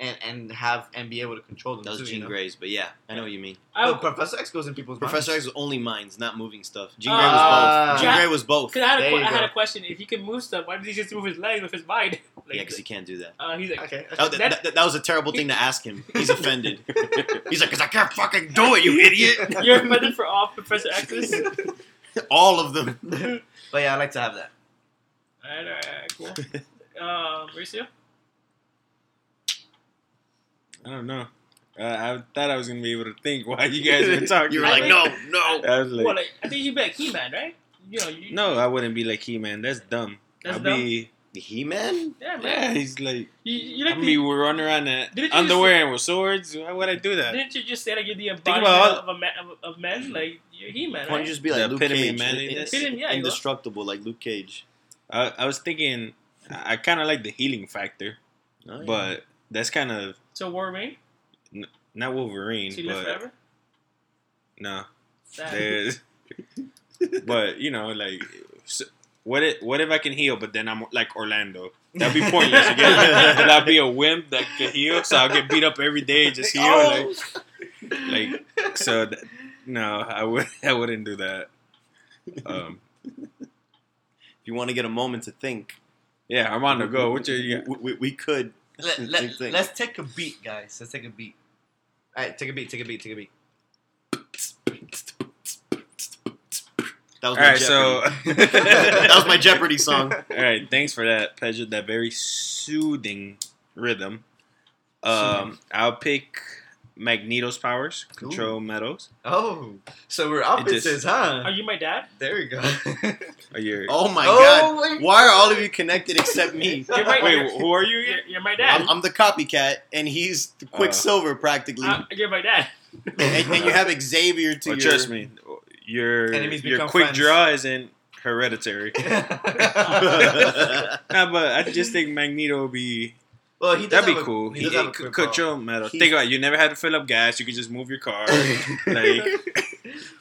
[SPEAKER 3] and and have and be able to control them.
[SPEAKER 1] that was
[SPEAKER 3] too,
[SPEAKER 1] Gene
[SPEAKER 3] you know?
[SPEAKER 1] Gray's, but yeah, I know what you mean.
[SPEAKER 2] I
[SPEAKER 3] But Professor X goes in people's
[SPEAKER 1] Professor X
[SPEAKER 3] minds.
[SPEAKER 1] was only minds, not moving stuff. Gene
[SPEAKER 2] Ah.
[SPEAKER 1] Grey was both. Gene
[SPEAKER 2] Yeah.
[SPEAKER 1] Gray was both.
[SPEAKER 2] because I had a,
[SPEAKER 3] There
[SPEAKER 2] que-
[SPEAKER 3] you
[SPEAKER 2] I had
[SPEAKER 3] go.
[SPEAKER 2] a question. If he can move stuff, why does he just move his legs with his mind?
[SPEAKER 1] Yeah, because he can't do that.
[SPEAKER 2] uh, he's like,
[SPEAKER 3] Okay.
[SPEAKER 1] That, that, that, that was a terrible thing to ask him. He's offended. He's like, because I can't fucking do it, you idiot.
[SPEAKER 2] you're offended for all Professor X's. all
[SPEAKER 1] All of them.
[SPEAKER 3] but yeah, I like to have that.
[SPEAKER 2] right, all right, all right, cool. Um, Mauricio?
[SPEAKER 4] I don't know. Uh, I thought I was gonna be able to think while you guys were talking.
[SPEAKER 1] You were
[SPEAKER 2] I
[SPEAKER 1] like,
[SPEAKER 2] think-
[SPEAKER 1] no, no.
[SPEAKER 4] I was
[SPEAKER 2] well,
[SPEAKER 4] like,
[SPEAKER 2] like, I think you'd be like He Man, right? You know, you,
[SPEAKER 4] no, I wouldn't be like he man. That's dumb.
[SPEAKER 2] That's
[SPEAKER 4] I'd
[SPEAKER 2] dumb?
[SPEAKER 4] be
[SPEAKER 1] He Man?
[SPEAKER 2] yeah, man.
[SPEAKER 4] yeah. He's like,
[SPEAKER 2] You, you
[SPEAKER 4] I
[SPEAKER 2] like
[SPEAKER 4] mean, we're running around in
[SPEAKER 2] Didn't you
[SPEAKER 4] underwear and with swords. Why would I do
[SPEAKER 2] the,
[SPEAKER 4] that?
[SPEAKER 2] didn't you just say like you're the
[SPEAKER 4] about
[SPEAKER 2] embodiment
[SPEAKER 4] all- Mm-hmm.
[SPEAKER 2] of, a man, of, of men? Like you're He Man,
[SPEAKER 1] Why don't
[SPEAKER 2] right?
[SPEAKER 1] you just be like
[SPEAKER 4] The
[SPEAKER 1] Luke
[SPEAKER 4] epitome of
[SPEAKER 1] Cage?
[SPEAKER 4] manliness.
[SPEAKER 2] Epitome, yeah, you are.
[SPEAKER 1] indestructible, like Luke Cage.
[SPEAKER 4] I, I was thinking, I, I kind of like the healing factor,
[SPEAKER 1] Oh, yeah.
[SPEAKER 4] but that's kind of
[SPEAKER 2] so Wolverine,
[SPEAKER 4] not Wolverine.
[SPEAKER 2] she lives
[SPEAKER 4] but
[SPEAKER 2] forever.
[SPEAKER 4] no,
[SPEAKER 2] That-
[SPEAKER 4] There's- but you know, like, so- what if what if I can heal, but then I'm like Orlando? That'd be pointless. You get it? I'd be a wimp that can heal, so I'll get beat up every day and just heal.
[SPEAKER 1] Oh.
[SPEAKER 4] Like, like so, th- no, I would I wouldn't do that. Um,
[SPEAKER 1] if you want to get a moment to think,
[SPEAKER 4] yeah, I'm on the go. What you, you got?
[SPEAKER 1] we, we, we could.
[SPEAKER 3] Let,
[SPEAKER 1] Think,
[SPEAKER 3] let,
[SPEAKER 1] think.
[SPEAKER 3] let's take a beat, guys. Let's take a beat. All right, take a beat. Take a beat. Take a beat.
[SPEAKER 1] That was
[SPEAKER 4] All
[SPEAKER 1] my
[SPEAKER 4] right, so
[SPEAKER 1] Jeopardy. that was my Jeopardy song.
[SPEAKER 4] all right. Thanks for that, Pedro. That very soothing rhythm. Um, I'll pick Magneto's powers, control metals.
[SPEAKER 3] Oh, so we're
[SPEAKER 4] just-
[SPEAKER 3] opposites,
[SPEAKER 2] Are
[SPEAKER 3] huh?
[SPEAKER 2] you my dad?
[SPEAKER 3] There we go.
[SPEAKER 4] Are you?
[SPEAKER 1] Oh my
[SPEAKER 3] Oh,
[SPEAKER 1] god.
[SPEAKER 3] wait.
[SPEAKER 1] Why are all of you connected except me?
[SPEAKER 2] You're my,
[SPEAKER 4] Wait,
[SPEAKER 2] you're,
[SPEAKER 4] who are you? Again?
[SPEAKER 2] you're, you're my dad.
[SPEAKER 1] I'm, I'm the copycat, and he's the
[SPEAKER 4] Uh.
[SPEAKER 1] Quicksilver practically.
[SPEAKER 2] Uh, you're my dad.
[SPEAKER 1] and, and you have Xavier to
[SPEAKER 4] Well,
[SPEAKER 1] your.
[SPEAKER 4] trust me, your
[SPEAKER 3] Enemies
[SPEAKER 4] your
[SPEAKER 3] become
[SPEAKER 4] quick
[SPEAKER 3] friends.
[SPEAKER 4] draw isn't hereditary. nah, but I just think Magneto would be
[SPEAKER 3] well, he does
[SPEAKER 4] that'd be
[SPEAKER 3] have a-
[SPEAKER 4] cool. He,
[SPEAKER 3] does have a
[SPEAKER 4] could
[SPEAKER 3] quick power.
[SPEAKER 4] control metal.
[SPEAKER 1] He-
[SPEAKER 4] think about it, you never had to fill up gas. You could just move your car. like you
[SPEAKER 3] but
[SPEAKER 4] know,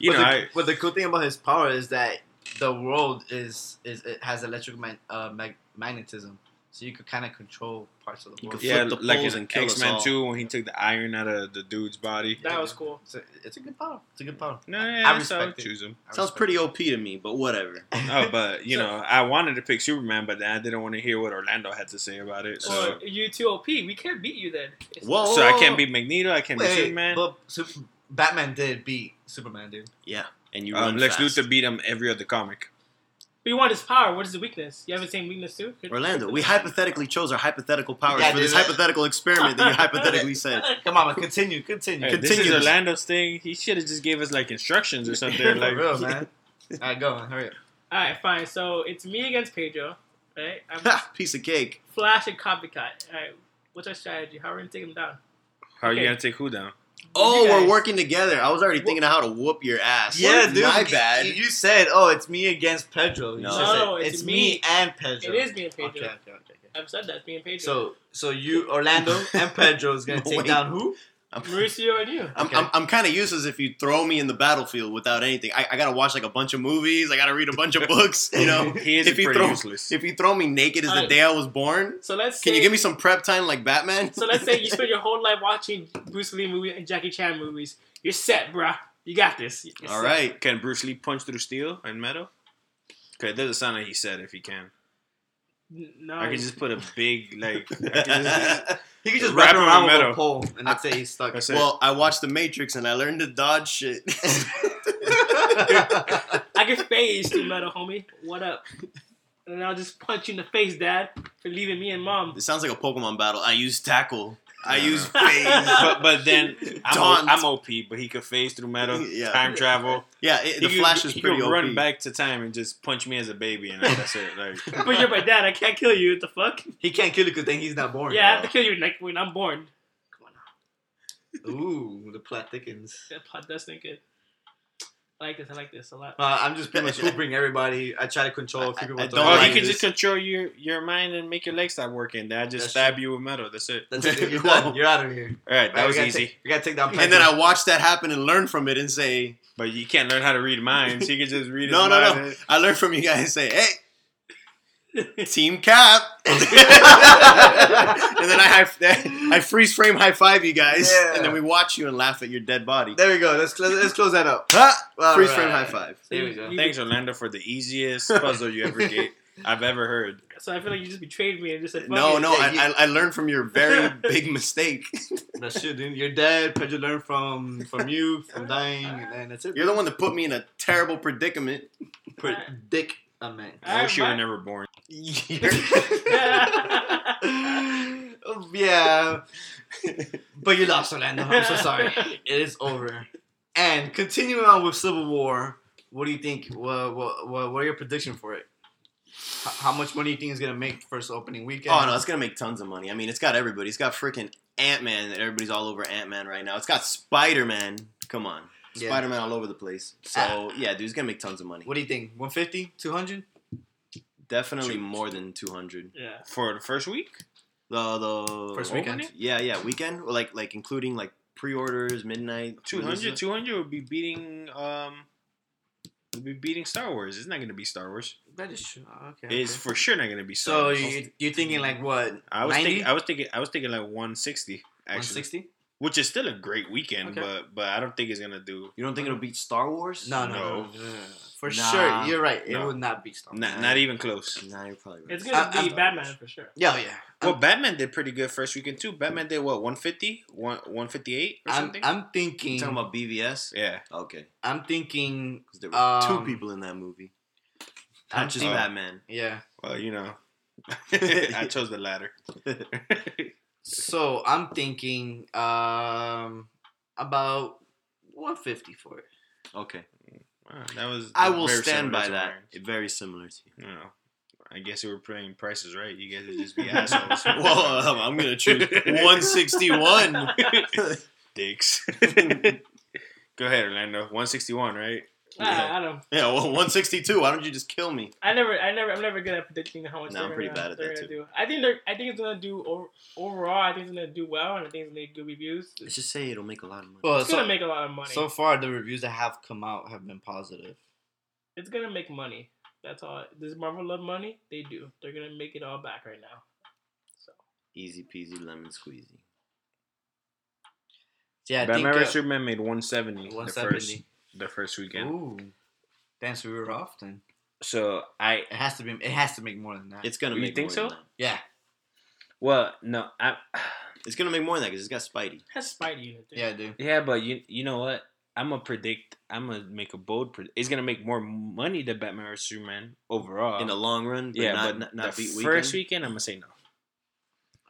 [SPEAKER 3] the,
[SPEAKER 4] I,
[SPEAKER 3] but the cool thing about his power is that the world is is it has electric man, uh, mag, magnetism, so you could kind of control parts of the
[SPEAKER 1] You
[SPEAKER 3] world.
[SPEAKER 1] could
[SPEAKER 4] yeah,
[SPEAKER 1] flip the
[SPEAKER 4] like
[SPEAKER 1] poles
[SPEAKER 4] in
[SPEAKER 1] and kill us
[SPEAKER 4] X Men
[SPEAKER 1] all.
[SPEAKER 4] Two when he took the iron out of the dude's body.
[SPEAKER 2] That was cool.
[SPEAKER 3] It's a, it's a good power. It's a good power.
[SPEAKER 4] No,
[SPEAKER 3] I-
[SPEAKER 4] yeah,
[SPEAKER 3] I
[SPEAKER 4] so I would
[SPEAKER 3] respect it.
[SPEAKER 4] choose him.
[SPEAKER 3] I
[SPEAKER 1] Sounds
[SPEAKER 3] respect
[SPEAKER 1] pretty OP to me, but whatever.
[SPEAKER 3] it.
[SPEAKER 4] Oh, but you
[SPEAKER 2] So-
[SPEAKER 4] know, I wanted to pick Superman, but then I didn't want to hear what Orlando had to say about it. So,
[SPEAKER 2] Or you too OP. We can't beat you then. It's-
[SPEAKER 1] Whoa.
[SPEAKER 4] so I can't be Magneto. I can't be
[SPEAKER 3] oh, Wait,
[SPEAKER 4] Superman. Uh,
[SPEAKER 3] but Sup- Batman did beat Superman, dude.
[SPEAKER 1] Yeah, and you
[SPEAKER 4] Um,
[SPEAKER 1] run
[SPEAKER 4] Lex
[SPEAKER 1] fast.
[SPEAKER 4] Luthor beat him every other comic.
[SPEAKER 2] But you want his power. What is the weakness? You have the same weakness too.
[SPEAKER 1] Orlando, we hypothetically chose our hypothetical powers
[SPEAKER 3] Yeah,
[SPEAKER 1] for
[SPEAKER 3] dude,
[SPEAKER 1] this
[SPEAKER 3] that-
[SPEAKER 1] hypothetical experiment that you hypothetically said.
[SPEAKER 3] Come on, man, continue, continue,
[SPEAKER 4] Hey,
[SPEAKER 1] Continue
[SPEAKER 4] this is
[SPEAKER 1] this.
[SPEAKER 4] Orlando's thing. He should have just gave us like instructions or something.
[SPEAKER 3] For
[SPEAKER 4] Like,
[SPEAKER 3] real, man. All right, go on, hurry up.
[SPEAKER 2] All right, fine. So it's me against Pedro, right? I'm
[SPEAKER 1] Ha, Piece of cake.
[SPEAKER 2] Flash and copycat. All right, what's our strategy? How are we gonna take him down?
[SPEAKER 4] how are you
[SPEAKER 2] Okay.
[SPEAKER 4] gonna take who down?
[SPEAKER 1] Oh,
[SPEAKER 2] You
[SPEAKER 1] we're
[SPEAKER 2] guys.
[SPEAKER 1] working together. I was already thinking of how to whoop your ass.
[SPEAKER 3] Yeah, dude.
[SPEAKER 1] My
[SPEAKER 3] you-
[SPEAKER 1] bad.
[SPEAKER 3] You said, "Oh, it's me against Pedro." You
[SPEAKER 1] No.
[SPEAKER 3] just said,
[SPEAKER 2] No, it's
[SPEAKER 3] it's, me.
[SPEAKER 2] me.
[SPEAKER 3] and Pedro.
[SPEAKER 2] It is being
[SPEAKER 3] Okay,
[SPEAKER 2] Pedro.
[SPEAKER 3] okay, okay. okay.
[SPEAKER 2] I've said that being Pedro.
[SPEAKER 3] So, so you Orlando and Pedro is gonna
[SPEAKER 1] No,
[SPEAKER 3] take
[SPEAKER 1] wait.
[SPEAKER 3] down who?
[SPEAKER 1] I'm,
[SPEAKER 2] Mauricio and you.
[SPEAKER 1] I'm,
[SPEAKER 3] Okay.
[SPEAKER 1] I'm, I'm kind of useless if you throw me in the battlefield without anything. I, I gotta watch like a bunch of movies. I gotta read a bunch of books. You know,
[SPEAKER 4] he is
[SPEAKER 1] if he
[SPEAKER 4] pretty
[SPEAKER 1] throws-
[SPEAKER 4] useless.
[SPEAKER 1] if you throw me naked as the
[SPEAKER 2] Alright.
[SPEAKER 1] day I was born,
[SPEAKER 2] So let's say,
[SPEAKER 1] can you give me some prep time like Batman?
[SPEAKER 2] So let's say you spend your whole life watching Bruce Lee movies and Jackie Chan movies. You're set, bruh. You got this. You're
[SPEAKER 1] All
[SPEAKER 2] set.
[SPEAKER 1] right.
[SPEAKER 4] Can Bruce Lee punch through steel and metal? Okay, it doesn't sound like he said if he can.
[SPEAKER 2] N- No.
[SPEAKER 4] I could just put a big like. I could just-
[SPEAKER 1] well,
[SPEAKER 3] He can just
[SPEAKER 4] Wrap
[SPEAKER 3] wrap
[SPEAKER 4] him
[SPEAKER 3] around
[SPEAKER 4] in
[SPEAKER 3] with a
[SPEAKER 4] metal.
[SPEAKER 3] pole, and that's it. He's stuck.
[SPEAKER 4] That's
[SPEAKER 1] I watched The Matrix and I learned to dodge shit.
[SPEAKER 2] I can phase through metal, homie. What up? And I'll just punch you in the face, Dad, for leaving me and Mom.
[SPEAKER 1] it sounds like a Pokemon battle. I use tackle. I
[SPEAKER 4] No,
[SPEAKER 1] use
[SPEAKER 4] no.
[SPEAKER 1] phase.
[SPEAKER 4] but, but then I'm,
[SPEAKER 1] Taunt.
[SPEAKER 4] O- I'm OP, but he could phase through metal,
[SPEAKER 1] Yeah.
[SPEAKER 4] time travel.
[SPEAKER 1] Yeah, it, the
[SPEAKER 4] he
[SPEAKER 1] Flash
[SPEAKER 4] could,
[SPEAKER 1] is
[SPEAKER 4] he
[SPEAKER 1] pretty
[SPEAKER 4] could
[SPEAKER 1] OP.
[SPEAKER 4] run back to time and just punch me as a baby, and like, that's it. Like
[SPEAKER 2] But you're my dad. I can't kill you. What the fuck?
[SPEAKER 3] he can't kill you because then he's not born.
[SPEAKER 2] Yeah, I have to kill you like when I'm born. Come on now.
[SPEAKER 3] Ooh, the plot thickens.
[SPEAKER 2] That plot does think good. I like this. I like this a lot.
[SPEAKER 3] Uh, I'm just pretty much hooping everybody. I try to control a few people.
[SPEAKER 1] I- I
[SPEAKER 3] with
[SPEAKER 1] don't
[SPEAKER 4] Oh,
[SPEAKER 3] the
[SPEAKER 1] like
[SPEAKER 4] he could
[SPEAKER 1] this.
[SPEAKER 4] just control your your mind and make your legs stop working. Then I just
[SPEAKER 3] That's
[SPEAKER 4] stab you with metal. That's it.
[SPEAKER 3] That's it. You're
[SPEAKER 1] Whoa.
[SPEAKER 3] done. You're out of here.
[SPEAKER 4] All right, that
[SPEAKER 3] Alright,
[SPEAKER 4] was
[SPEAKER 3] we gotta
[SPEAKER 4] easy.
[SPEAKER 3] Take, we gotta take down.
[SPEAKER 1] And then I watched that happen and learned from it and say,
[SPEAKER 4] But you can't learn how to read minds. He could just read.
[SPEAKER 1] No,
[SPEAKER 4] his
[SPEAKER 1] no,
[SPEAKER 4] mind
[SPEAKER 1] no.
[SPEAKER 4] and-
[SPEAKER 1] I learned from you guys. Say, hey, Team Cap. and then I high, I freeze frame high five you guys,
[SPEAKER 3] Yeah.
[SPEAKER 1] and then we watch you and laugh at your dead body.
[SPEAKER 3] There we go. Let's close, let's close that up.
[SPEAKER 1] Ah,
[SPEAKER 3] All
[SPEAKER 1] freeze
[SPEAKER 3] right.
[SPEAKER 1] frame high five.
[SPEAKER 2] So
[SPEAKER 3] There
[SPEAKER 2] you-
[SPEAKER 3] we go.
[SPEAKER 2] you-
[SPEAKER 4] Thanks, Orlando, for the easiest puzzle you ever get. I've ever heard.
[SPEAKER 2] So I feel like you just betrayed me and just said,
[SPEAKER 1] No,
[SPEAKER 2] "Fuck it."
[SPEAKER 1] no,
[SPEAKER 3] Yeah, you-
[SPEAKER 1] I, I, I learned from your very big mistake.
[SPEAKER 3] That's shit, dude. You're dead. Pedro learned from from you from dying, and then that's it.
[SPEAKER 1] You're the one that put me in a terrible predicament.
[SPEAKER 3] Put dick on man.
[SPEAKER 4] I wish you were never born.
[SPEAKER 3] Oh, yeah, but you lost, Orlando. I'm so sorry. It is over. And continuing on with Civil War, what do you think? What what, what are your prediction for it? H- How much money do you think is gonna make first opening weekend?
[SPEAKER 1] Oh no, it's gonna make tons of money. I mean, it's got everybody. It's got freaking Ant Man. that Everybody's all over Ant Man right now. It's got Spider Man. Come on,
[SPEAKER 3] Yeah.
[SPEAKER 1] Spider Man all over the place. So yeah, dude, it's gonna make tons of money.
[SPEAKER 3] What do you think? 150, 200?
[SPEAKER 1] Definitely more than two hundred.
[SPEAKER 2] Yeah.
[SPEAKER 4] For the first week?
[SPEAKER 1] The the oh,
[SPEAKER 3] First weekend.
[SPEAKER 1] Yeah, yeah, weekend. Or, Like like including like pre-orders, midnight.
[SPEAKER 4] 200, 200 would be beating um would be beating Star Wars. It's not gonna be Star Wars.
[SPEAKER 3] That is true. Okay.
[SPEAKER 4] It's for sure not gonna be Star
[SPEAKER 3] so
[SPEAKER 4] Wars.
[SPEAKER 3] you you thinking like what?
[SPEAKER 4] I was
[SPEAKER 3] 90?
[SPEAKER 4] thinking I was thinking I was thinking like 160 actually.
[SPEAKER 3] 160?
[SPEAKER 4] Which is still a great weekend,
[SPEAKER 3] Okay.
[SPEAKER 4] but but I don't think it's gonna do
[SPEAKER 1] You don't think it'll beat Star Wars?
[SPEAKER 3] No, no, no.
[SPEAKER 4] No.
[SPEAKER 3] no, no, no. For
[SPEAKER 1] Nah.
[SPEAKER 3] sure, you're right. It
[SPEAKER 4] No.
[SPEAKER 3] would not be Star Wars.
[SPEAKER 4] not not even close.
[SPEAKER 1] Nah, you're probably right.
[SPEAKER 2] It's gonna
[SPEAKER 3] I-
[SPEAKER 2] be
[SPEAKER 1] I'm-
[SPEAKER 2] Batman for sure.
[SPEAKER 3] Yeah, oh, yeah. I'm,
[SPEAKER 4] Well, Batman did pretty good first weekend too. Batman did what 150, One- 158 or
[SPEAKER 3] I'm,
[SPEAKER 4] something.
[SPEAKER 3] I'm
[SPEAKER 1] You
[SPEAKER 3] thinking.
[SPEAKER 1] talking about BVS?
[SPEAKER 4] yeah,
[SPEAKER 1] Okay,
[SPEAKER 3] I'm thinking.
[SPEAKER 1] because there were
[SPEAKER 3] Um,
[SPEAKER 1] two people in that movie,
[SPEAKER 3] I'm
[SPEAKER 1] not just
[SPEAKER 3] thinking-
[SPEAKER 1] Batman.
[SPEAKER 3] Yeah.
[SPEAKER 4] well you know, I chose the latter.
[SPEAKER 3] So I'm thinking um about 150 for it.
[SPEAKER 1] Okay.
[SPEAKER 4] Wow, that was
[SPEAKER 1] I will
[SPEAKER 4] very
[SPEAKER 1] stand
[SPEAKER 4] similar
[SPEAKER 1] by
[SPEAKER 4] to
[SPEAKER 1] that.
[SPEAKER 4] mine.
[SPEAKER 1] Very similar to you.
[SPEAKER 4] you know, I guess we were playing prices right. You guys would just be assholes. uh,
[SPEAKER 1] Well, um, I'm gonna choose 161.
[SPEAKER 4] dicks. Go ahead, Orlando. 161, right?
[SPEAKER 2] Ah, I don't.
[SPEAKER 1] yeah, well, 162. Why don't you just kill me?
[SPEAKER 2] I never, I never, I'm never good at predicting how much.
[SPEAKER 1] No, I'm
[SPEAKER 2] they're
[SPEAKER 1] pretty
[SPEAKER 2] gonna-
[SPEAKER 1] bad at
[SPEAKER 2] they're
[SPEAKER 1] that
[SPEAKER 2] gonna
[SPEAKER 1] too.
[SPEAKER 2] Do. I think they're, I think it's gonna do o- overall. I think it's gonna do well, and I think it's gonna get good reviews. It's,
[SPEAKER 1] Let's just say it'll make a lot of money.
[SPEAKER 3] Well,
[SPEAKER 2] gonna
[SPEAKER 3] so,
[SPEAKER 2] make a lot of money.
[SPEAKER 3] so far the reviews that have come out have been positive.
[SPEAKER 2] it's gonna make money. That's all. Does Marvel love money? They do. They're gonna make it all back right now.
[SPEAKER 1] Easy peasy lemon squeezy.
[SPEAKER 3] Yeah, I
[SPEAKER 4] Batman vs
[SPEAKER 3] think uh,
[SPEAKER 4] Superman made 170, The, first,
[SPEAKER 3] 170.
[SPEAKER 4] the first weekend.
[SPEAKER 3] Ooh, damn, so we were off then.
[SPEAKER 4] So I,
[SPEAKER 3] It has to be. It has to make more than that.
[SPEAKER 1] It's gonna
[SPEAKER 4] You
[SPEAKER 1] make
[SPEAKER 4] think
[SPEAKER 1] more
[SPEAKER 4] so?
[SPEAKER 1] than that.
[SPEAKER 3] yeah.
[SPEAKER 4] well, no, I,
[SPEAKER 1] It's gonna make more than that because it's got Spidey.
[SPEAKER 2] That's Spidey in it. dude.
[SPEAKER 3] Yeah, dude.
[SPEAKER 4] yeah, but you, you know what? I'm gonna predict. I'm gonna make a bold. Pred- it's gonna make more money than Batman vs Superman overall.
[SPEAKER 1] In the long run, Uh, but
[SPEAKER 4] yeah,
[SPEAKER 1] not,
[SPEAKER 4] but
[SPEAKER 1] not, not
[SPEAKER 4] the
[SPEAKER 1] beat weekend.
[SPEAKER 4] first weekend, I'm gonna say no.